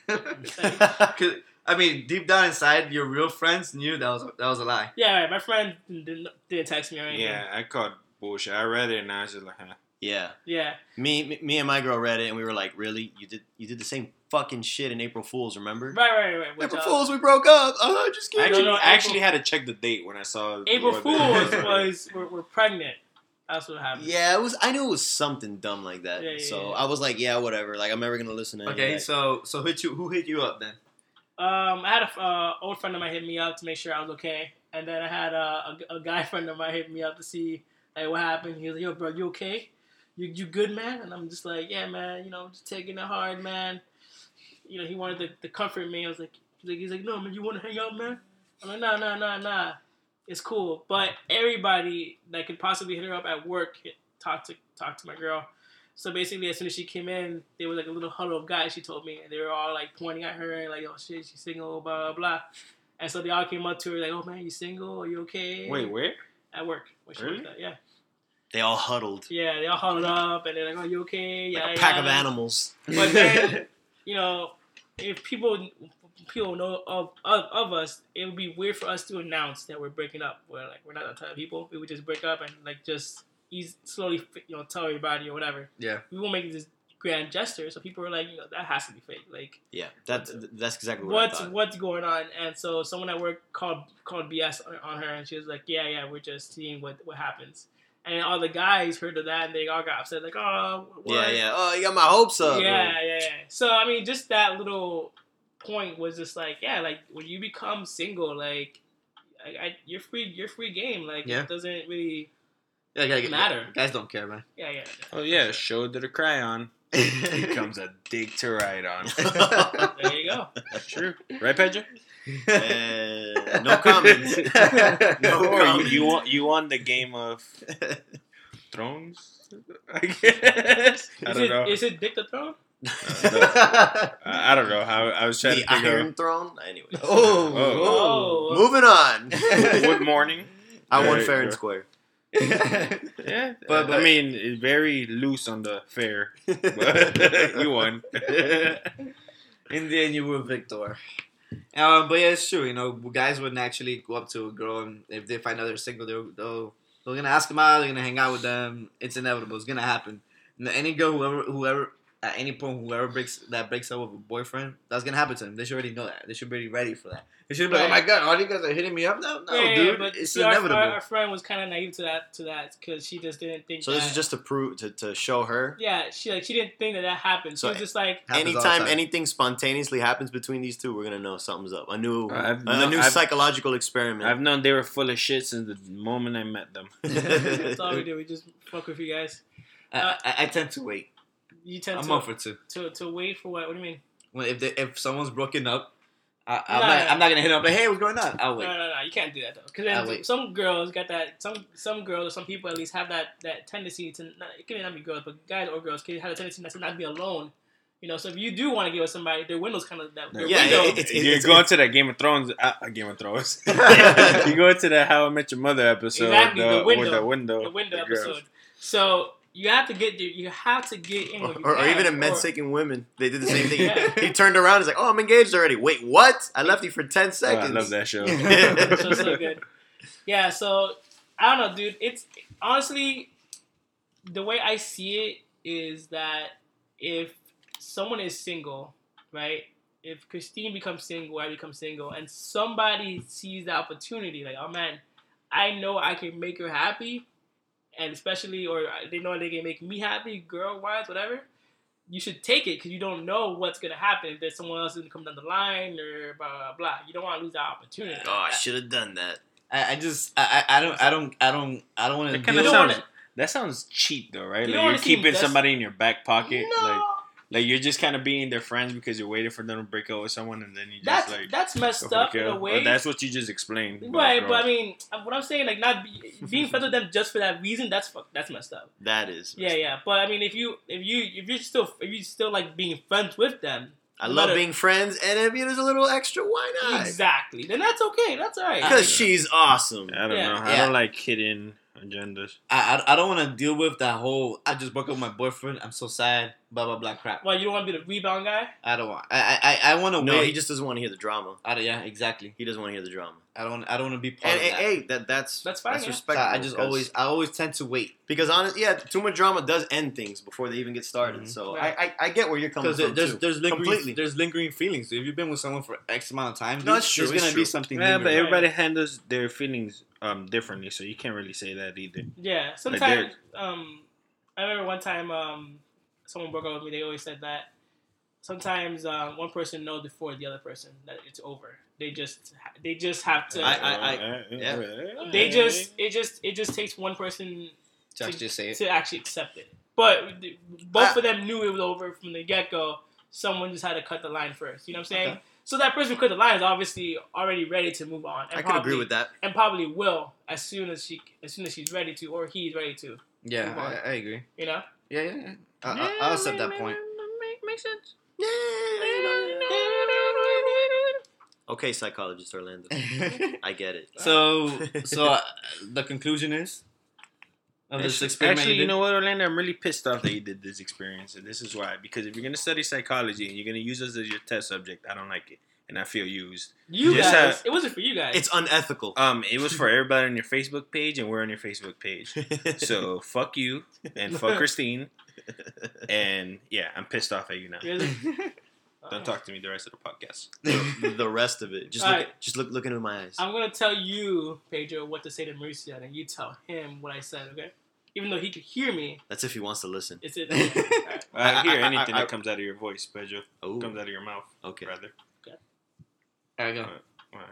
[SPEAKER 3] 'Cause, I mean, deep down inside, your real friends knew that was that was a lie.
[SPEAKER 2] Yeah, right, my friend didn't, didn't text me or anything.
[SPEAKER 4] Yeah, I called bullshit. I read it and I was just like, huh.
[SPEAKER 1] Yeah.
[SPEAKER 2] yeah.
[SPEAKER 1] Me, me, me and my girl read it, and we were like, "Really? You did? You did the same fucking shit in April Fools? Remember?
[SPEAKER 2] Right, right, right, right. which,
[SPEAKER 1] April
[SPEAKER 2] uh,
[SPEAKER 1] Fools, we broke up. Uh, just
[SPEAKER 4] I
[SPEAKER 1] kidding.
[SPEAKER 4] actually,
[SPEAKER 2] no,
[SPEAKER 4] I
[SPEAKER 2] April-
[SPEAKER 4] actually had to check the date when I saw
[SPEAKER 2] April
[SPEAKER 4] what
[SPEAKER 2] Fools
[SPEAKER 4] the-
[SPEAKER 2] was were, were pregnant. That's what happened.
[SPEAKER 1] yeah, it was. I knew it was something dumb like that.
[SPEAKER 2] Yeah, yeah,
[SPEAKER 1] so
[SPEAKER 2] yeah.
[SPEAKER 1] I was like, "Yeah, whatever. Like, I'm never gonna listen to." any of
[SPEAKER 3] Okay,
[SPEAKER 1] that.
[SPEAKER 3] so so hit you who hit you up then?
[SPEAKER 2] Um, I had a uh, old friend of mine hit me up to make sure I was okay, and then I had uh, a, a guy friend of mine hit me up to see like what happened. He was like, "Yo, bro, you okay? You you good, man?" And I'm just like, "Yeah, man. You know, just taking it hard, man." You know, he wanted to, to comfort me. I was like, he's like, he's like, "No, man, you want to hang out, man?" I'm like, "Nah, nah, nah, nah. It's cool." But everybody that could possibly hit her up at work hit, talked to talked to my girl. So basically, as soon as she came in, there was like a little huddle of guys. She told me, and they were all like pointing at her and like, "Oh shit, she's single," blah blah blah. And so they all came up to her like, "Oh man, you single? Are you okay?"
[SPEAKER 4] Wait, where?
[SPEAKER 2] At work, when she
[SPEAKER 4] Really?
[SPEAKER 2] worked at- yeah,
[SPEAKER 1] they all huddled
[SPEAKER 2] yeah. They all huddled up and they're like, "Oh, you okay?" Yeah,
[SPEAKER 1] like a pack
[SPEAKER 2] yeah.
[SPEAKER 1] of animals.
[SPEAKER 2] But then, you know, if people people know of, of of us, it would be weird for us to announce that we're breaking up. We're like, we're not that type of people. We would just break up and like just ease, slowly, you know, tell everybody or whatever
[SPEAKER 3] Yeah.
[SPEAKER 2] we won't make this grand gesture. So people were like, you know, that has to be fake. Like,
[SPEAKER 1] Yeah, that's that's exactly what I
[SPEAKER 2] what's
[SPEAKER 1] thought.
[SPEAKER 2] what's going on? And so someone at work called called BS on, on her, and she was like, yeah, yeah, we're just seeing what what happens. And all the guys heard of that, and they all got upset, like, oh, what?
[SPEAKER 1] Yeah, yeah. Oh, you got my hopes up.
[SPEAKER 2] yeah,
[SPEAKER 1] bro.
[SPEAKER 2] yeah, yeah. So I mean, just that little point was just like, yeah, like when you become single, like, I, I, you're free, you're free game. Like,
[SPEAKER 3] Yeah.
[SPEAKER 2] it doesn't really,
[SPEAKER 3] Yeah, yeah, yeah,
[SPEAKER 2] Matter.
[SPEAKER 3] Guys don't care, man.
[SPEAKER 2] yeah, yeah.
[SPEAKER 4] Oh yeah, show to the cry on. Becomes a dick to ride on.
[SPEAKER 2] There you go.
[SPEAKER 4] True. Right, Pedro?
[SPEAKER 1] Eh, no comments. No
[SPEAKER 4] Or you,
[SPEAKER 1] comments.
[SPEAKER 4] you want you want the game of Thrones? I guess. I
[SPEAKER 2] Is
[SPEAKER 4] don't
[SPEAKER 2] it,
[SPEAKER 4] know.
[SPEAKER 2] is it Dick the Throne?
[SPEAKER 4] I I don't know how I was trying
[SPEAKER 1] the
[SPEAKER 4] to figure
[SPEAKER 1] Iron Throne. Anyway.
[SPEAKER 3] Oh,
[SPEAKER 2] Oh.
[SPEAKER 1] moving on.
[SPEAKER 4] out. Wood morning.
[SPEAKER 1] I won
[SPEAKER 4] There
[SPEAKER 1] fair
[SPEAKER 4] you
[SPEAKER 1] and
[SPEAKER 4] go.
[SPEAKER 1] square.
[SPEAKER 4] Yeah, Uh,
[SPEAKER 3] But-
[SPEAKER 4] but, I
[SPEAKER 3] but-
[SPEAKER 4] mean, it's very loose on the fair. But you won.
[SPEAKER 3] In the end, you were victor. Um, but yeah, it's true. You know, guys would naturally go up to a girl, and if they find out they're single, they're they're, they're gonna ask them out. They're gonna hang out with them. It's inevitable. It's gonna happen. And any girl, whoever, whoever, at any point, whoever breaks that breaks up with a boyfriend, that's gonna happen to them. They should already know that. They should be ready for that. They should be like, oh my god, all you guys are hitting me up now. No,
[SPEAKER 2] yeah,
[SPEAKER 3] dude,
[SPEAKER 2] yeah, but
[SPEAKER 3] it's
[SPEAKER 2] see, our-
[SPEAKER 3] inevitable.
[SPEAKER 2] Our, our friend was kind of naive to that, to that, because she just didn't think.
[SPEAKER 1] So
[SPEAKER 2] that,
[SPEAKER 1] this is just to prove to, to show her.
[SPEAKER 2] Yeah, she like she didn't think that that happened.
[SPEAKER 1] So-
[SPEAKER 2] she was just like,
[SPEAKER 3] Happens all the
[SPEAKER 1] Anytime
[SPEAKER 3] time.
[SPEAKER 1] anything spontaneously happens between these two, we're gonna know something's up. A new,
[SPEAKER 4] Uh, I've
[SPEAKER 1] a
[SPEAKER 4] no-
[SPEAKER 1] new
[SPEAKER 4] I've-
[SPEAKER 1] psychological experiment.
[SPEAKER 4] I've known they were full of shit since the moment I met them.
[SPEAKER 2] that's all we do. We just fuck with you guys.
[SPEAKER 3] I, I, I tend to wait.
[SPEAKER 2] You tend
[SPEAKER 3] I'm
[SPEAKER 2] to,
[SPEAKER 3] up for two.
[SPEAKER 2] to to wait for what? What do you mean?
[SPEAKER 3] When if they, if someone's broken up, I, I'm not
[SPEAKER 2] Nah, nah.
[SPEAKER 3] I'm not gonna hit them. Like, hey, what's going on? I'll wait.
[SPEAKER 2] No, no, no. You can't do that though,
[SPEAKER 3] I'll
[SPEAKER 2] because
[SPEAKER 3] wait.
[SPEAKER 2] some girls got that. Some some girls, some people at least have that that tendency to. Not, it can not be girls, but guys or girls can have a tendency not to not be alone. You know, so if you do want to get with somebody, their window's kind of that. Their
[SPEAKER 1] Yeah,
[SPEAKER 2] window,
[SPEAKER 1] it- it's-
[SPEAKER 4] you're
[SPEAKER 1] it's-
[SPEAKER 4] going to that Game of Thrones, uh, uh, Game of Thrones. you
[SPEAKER 1] I've,
[SPEAKER 4] go to that How I Met Your Mother episode
[SPEAKER 2] Exactly,
[SPEAKER 4] uh,
[SPEAKER 2] the window.
[SPEAKER 4] with the window,
[SPEAKER 2] the window
[SPEAKER 4] the girls.
[SPEAKER 2] episode. So you have to get there. You have to get in.
[SPEAKER 1] or,
[SPEAKER 2] where you
[SPEAKER 1] or
[SPEAKER 2] can,
[SPEAKER 1] even in men
[SPEAKER 2] or-
[SPEAKER 1] taking women, they did the same thing.
[SPEAKER 2] Yeah.
[SPEAKER 1] He turned around, he's like, "Oh, I'm engaged already." Wait, what? I left you for ten
[SPEAKER 4] Oh, I
[SPEAKER 1] seconds.
[SPEAKER 4] love that show.
[SPEAKER 2] so so good. Yeah, so I don't know, dude. It's honestly the way I see it is that if someone is single, right? If Christine becomes single, I become single, and somebody sees the opportunity, like, oh man, I know I can make her happy, and especially, or they know they can make me happy, girl wise, whatever. You should take it because you don't know what's gonna happen if there's someone else gonna come down the line or blah blah blah. You don't want to lose that opportunity.
[SPEAKER 1] oh, I should have done that.
[SPEAKER 3] I, I just I, I I don't I don't I don't I don't want to
[SPEAKER 4] That kind of
[SPEAKER 2] don't
[SPEAKER 4] sounds.
[SPEAKER 2] wanna-
[SPEAKER 4] that sounds cheap though, right?
[SPEAKER 2] You
[SPEAKER 4] like
[SPEAKER 2] don't
[SPEAKER 4] you're
[SPEAKER 2] wanna seem
[SPEAKER 4] keeping
[SPEAKER 2] des-
[SPEAKER 4] somebody in your back pocket.
[SPEAKER 2] No,
[SPEAKER 4] Like, like you're just kind of being their friends because you're waiting for them to break up with someone, and then you just
[SPEAKER 2] that's
[SPEAKER 4] like
[SPEAKER 2] that's
[SPEAKER 4] go
[SPEAKER 2] messed
[SPEAKER 4] for the
[SPEAKER 2] up in
[SPEAKER 4] kill.
[SPEAKER 2] a
[SPEAKER 4] Or
[SPEAKER 2] way.
[SPEAKER 4] that's what you just explained.
[SPEAKER 2] right,
[SPEAKER 4] bro.
[SPEAKER 2] but I mean, uh, what I'm saying, like not be, being friends with them just for that reason, that's fuck, that's messed up.
[SPEAKER 1] That is.
[SPEAKER 2] Yeah, yeah. But I mean, if you if you if you're still if you still like being friends with them,
[SPEAKER 1] I
[SPEAKER 2] no
[SPEAKER 1] love
[SPEAKER 2] matter-
[SPEAKER 1] being friends, and if there's a little extra, why not?
[SPEAKER 2] exactly, then that's okay. That's all right.
[SPEAKER 1] Because she's awesome.
[SPEAKER 4] I don't
[SPEAKER 2] Yeah.
[SPEAKER 4] know. I
[SPEAKER 3] Yeah.
[SPEAKER 4] don't like hidden agendas.
[SPEAKER 3] I, I, I don't want to deal with that whole I just broke up with my boyfriend. I'm so sad. Blah blah blah crap.
[SPEAKER 2] Well, you don't want to be the rebound guy.
[SPEAKER 3] I don't want. I I, I want to
[SPEAKER 1] No,
[SPEAKER 3] wait.
[SPEAKER 1] he just doesn't want to hear the drama.
[SPEAKER 3] I don't, yeah, exactly.
[SPEAKER 1] He doesn't want to hear the drama.
[SPEAKER 3] I don't. I don't want to be part
[SPEAKER 1] And,
[SPEAKER 3] of
[SPEAKER 1] and-
[SPEAKER 3] that.
[SPEAKER 1] hey, that that's
[SPEAKER 2] That's fine, yeah.
[SPEAKER 3] So
[SPEAKER 1] respectful.
[SPEAKER 3] I just
[SPEAKER 1] because-
[SPEAKER 3] always I always tend to wait
[SPEAKER 1] because honest, yeah, too much drama does end things before they even get started.
[SPEAKER 3] Mhm.
[SPEAKER 1] So
[SPEAKER 2] Right.
[SPEAKER 1] I, I I get where you're coming
[SPEAKER 3] because
[SPEAKER 1] from
[SPEAKER 3] there's
[SPEAKER 1] too.
[SPEAKER 3] there's lingering
[SPEAKER 1] Completely.
[SPEAKER 3] there's lingering feelings. If you've been with someone for X amount of time,
[SPEAKER 1] No,
[SPEAKER 3] dude,
[SPEAKER 1] it's true,
[SPEAKER 3] there's
[SPEAKER 1] it's
[SPEAKER 3] gonna
[SPEAKER 1] true.
[SPEAKER 3] be something.
[SPEAKER 4] Yeah, but
[SPEAKER 3] lingering.
[SPEAKER 4] everybody handles their feelings um differently, so you can't really say that either.
[SPEAKER 2] Yeah, sometimes. um, I remember one time um, someone broke up with me. They always said that sometimes um, one person knows before the other person that it's over. They just they just have to.
[SPEAKER 1] I- I-
[SPEAKER 3] uh,
[SPEAKER 2] they just it just it just takes one person
[SPEAKER 3] to actually say it.
[SPEAKER 2] to actually accept it. But th- both
[SPEAKER 1] I-
[SPEAKER 2] of them knew it was over from the get go. Someone just had to cut the line first. You know what I'm saying?
[SPEAKER 3] Okay.
[SPEAKER 2] So that person who cut the line is obviously already ready to move on.
[SPEAKER 1] I could agree with that.
[SPEAKER 2] and probably will as soon as she as soon as she's ready to or he's ready to.
[SPEAKER 3] Yeah,
[SPEAKER 2] Move on.
[SPEAKER 3] I, I agree.
[SPEAKER 2] You know.
[SPEAKER 3] Yeah, yeah, yeah. I, I, I'll accept that point.
[SPEAKER 2] Makes sense.
[SPEAKER 1] Okay, psychologist Orlando, I get it.
[SPEAKER 3] so, so uh, the conclusion is of this experiment.
[SPEAKER 4] Actually,
[SPEAKER 3] you
[SPEAKER 4] you
[SPEAKER 3] did?
[SPEAKER 4] know what, Orlando? I'm really pissed off that you did this experience, and this is why. Because if you're gonna study psychology and you're gonna use us as your test subject, I don't like it. and I feel used.
[SPEAKER 2] You
[SPEAKER 4] Just
[SPEAKER 2] guys,
[SPEAKER 4] that-
[SPEAKER 2] it wasn't for you guys.
[SPEAKER 1] It's unethical.
[SPEAKER 4] Um, it was for everybody on your Facebook page, and we're on your Facebook page. So fuck you and fuck Christine. And yeah, I'm pissed off at you now.
[SPEAKER 2] Really?
[SPEAKER 4] Don't talk to me the rest of the podcast.
[SPEAKER 1] the, the rest of it, just look,
[SPEAKER 2] Alright.
[SPEAKER 1] at, just look, look into my eyes.
[SPEAKER 2] I'm gonna tell you, Pedro, what to say to Mauricio, and you tell him what I said, okay? Even though he could hear me,
[SPEAKER 1] That's if he wants to listen.
[SPEAKER 2] it's it. okay, alright.
[SPEAKER 4] I, hear
[SPEAKER 1] I- I-
[SPEAKER 4] anything
[SPEAKER 1] I-
[SPEAKER 4] that comes out of your voice, Pedro.
[SPEAKER 1] Oh,
[SPEAKER 4] Comes out of your mouth,
[SPEAKER 1] okay.
[SPEAKER 4] rather.
[SPEAKER 3] There you go.
[SPEAKER 4] All right,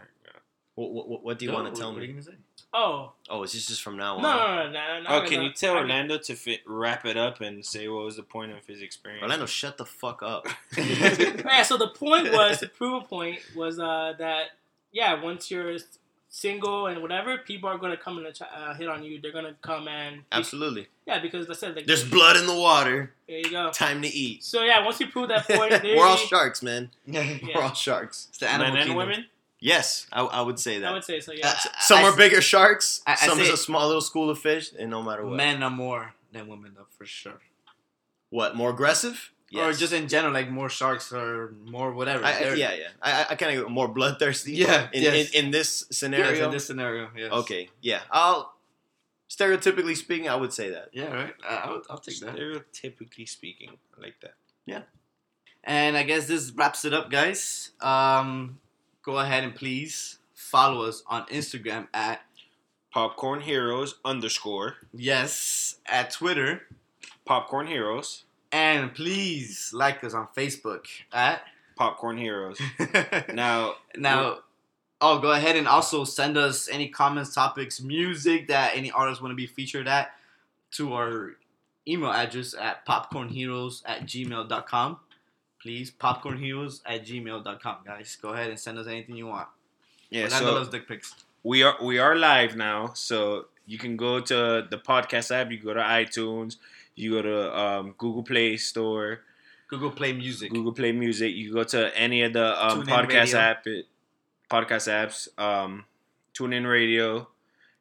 [SPEAKER 1] What, what, what do you
[SPEAKER 3] Go,
[SPEAKER 1] want to tell
[SPEAKER 3] what are you
[SPEAKER 1] me?
[SPEAKER 3] gonna say?
[SPEAKER 2] Oh
[SPEAKER 1] Oh, is this just from now
[SPEAKER 2] no,
[SPEAKER 1] on?
[SPEAKER 2] no, no, no, no!
[SPEAKER 4] yeah.
[SPEAKER 2] no,
[SPEAKER 4] Oh, can
[SPEAKER 2] no.
[SPEAKER 4] you tell
[SPEAKER 2] I mean,
[SPEAKER 4] Orlando to fit, wrap it up and say what was the point of his experience?
[SPEAKER 1] Orlando, shut the fuck up.
[SPEAKER 2] yeah, so the point was to prove a point was uh, that yeah, once you're s- single and whatever, people are gonna come and atti- uh, hit on you. They're gonna come and
[SPEAKER 1] Absolutely.
[SPEAKER 2] yeah, because I said like
[SPEAKER 1] There's blood in the water.
[SPEAKER 2] there you go.
[SPEAKER 1] Time to eat.
[SPEAKER 2] So yeah, once you prove that point, theory,
[SPEAKER 1] We're all sharks, man.
[SPEAKER 2] Yeah.
[SPEAKER 1] We're all sharks.
[SPEAKER 3] It's the animal
[SPEAKER 4] Men and
[SPEAKER 3] kingdom.
[SPEAKER 4] women?
[SPEAKER 1] Yes, I, I would say that.
[SPEAKER 2] I would say so. Yeah,
[SPEAKER 3] Uh,
[SPEAKER 1] some
[SPEAKER 3] I-
[SPEAKER 1] are bigger sharks.
[SPEAKER 3] I- I
[SPEAKER 1] some is
[SPEAKER 3] say-
[SPEAKER 1] a small little school of fish, and no matter what,
[SPEAKER 3] Men are more than women, though, for sure.
[SPEAKER 1] what more aggressive?
[SPEAKER 3] Or just in general, like more sharks or more whatever.
[SPEAKER 1] I, I,
[SPEAKER 3] They're-
[SPEAKER 1] yeah, yeah. I, I kind of more bloodthirsty.
[SPEAKER 3] Yeah,
[SPEAKER 1] In,
[SPEAKER 3] yes.
[SPEAKER 1] in, in this
[SPEAKER 3] yes,
[SPEAKER 1] scenario.
[SPEAKER 3] in this scenario. Yes.
[SPEAKER 1] okay. Yeah. I'll stereotypically speaking, I would say that.
[SPEAKER 3] Yeah, right. I, I would, I'll take that.
[SPEAKER 4] Stereotypically speaking, I like that.
[SPEAKER 3] And I guess this wraps it up, guys. Um, go ahead and please follow us on Instagram at
[SPEAKER 4] Popcorn Heroes underscore
[SPEAKER 3] yes at Twitter,
[SPEAKER 4] Popcorn Heroes
[SPEAKER 3] and please like us on Facebook at
[SPEAKER 4] Popcorn Heroes. Now,
[SPEAKER 3] now. Oh, go ahead and also send us any comments, topics, music that any artists want to be featured at to our email address at popcornheroes at gmail.com. Please, popcornheroes at gmail.com, guys. Go ahead and send us anything you want.
[SPEAKER 4] yeah,
[SPEAKER 3] Orlando
[SPEAKER 4] so
[SPEAKER 3] loves dick pics.
[SPEAKER 4] we are we are live now, so you can go to the podcast app. You go to iTunes. You go to um, Google Play Store,
[SPEAKER 3] Google Play Music.
[SPEAKER 4] Google Play Music. You go to any of the um,
[SPEAKER 3] TuneIn
[SPEAKER 4] podcast
[SPEAKER 3] Radio.
[SPEAKER 4] app, it, podcast apps, um, TuneIn Radio,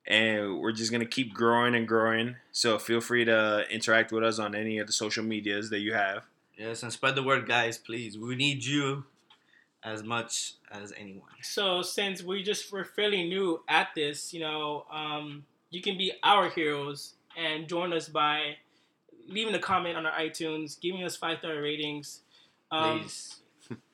[SPEAKER 4] and we're just gonna keep growing and growing. So feel free to interact with us on any of the social medias that you have.
[SPEAKER 3] Yes, and spread the word, guys, please. We need you as much as anyone.
[SPEAKER 2] So since we just were fairly new at this, you know, um, you can be our heroes and join us by leaving a comment on our iTunes, giving us five star ratings, um,
[SPEAKER 3] Please.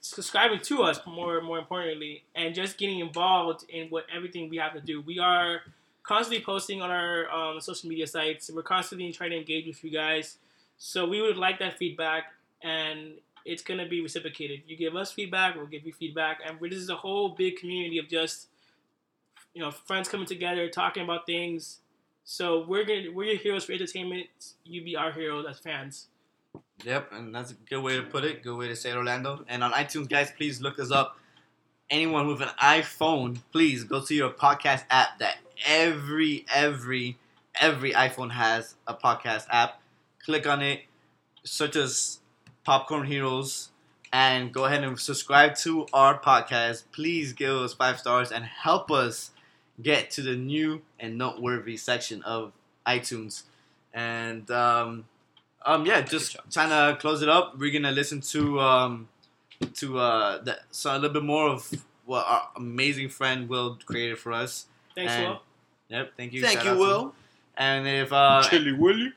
[SPEAKER 2] subscribing to us more more importantly, and just getting involved in what everything we have to do. We are constantly posting on our um, social media sites. We're constantly trying to engage with you guys. So we would like that feedback and it's gonna be reciprocated. You give us feedback, we'll give you feedback, and this is a whole big community of just you know friends coming together, talking about things. So we're gonna we're your heroes for entertainment. You be our heroes as fans.
[SPEAKER 3] Yep, and that's a good way to put it. Good way to say it, Orlando. And on iTunes, guys, please look us up. Anyone with an iPhone, please go to your podcast app that every, every, every iPhone has a podcast app. Click on it, search as Popcorn Heroes, and go ahead and subscribe to our podcast. Please give us five stars and help us get to the new and noteworthy section of iTunes. And um, um, yeah, just trying to close it up. We're gonna listen to um, to uh, the, so a little bit more of what our amazing friend Will created for us.
[SPEAKER 2] Thanks,
[SPEAKER 3] And-
[SPEAKER 2] Will.
[SPEAKER 3] Yep, thank you.
[SPEAKER 1] Thank
[SPEAKER 3] Shout
[SPEAKER 1] you,
[SPEAKER 3] out to-
[SPEAKER 1] Will.
[SPEAKER 3] And if uh,
[SPEAKER 4] Chili Willy.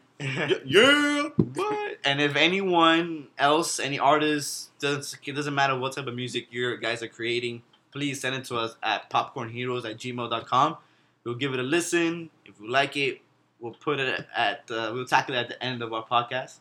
[SPEAKER 1] yeah. What?
[SPEAKER 3] and if anyone else, any artist, doesn't it doesn't matter what type of music you guys are creating, please send it to us at popcornheroes at gmail.com. We'll give it a listen. If we like it, we'll put it at uh, we'll tackle it at the end of our podcast.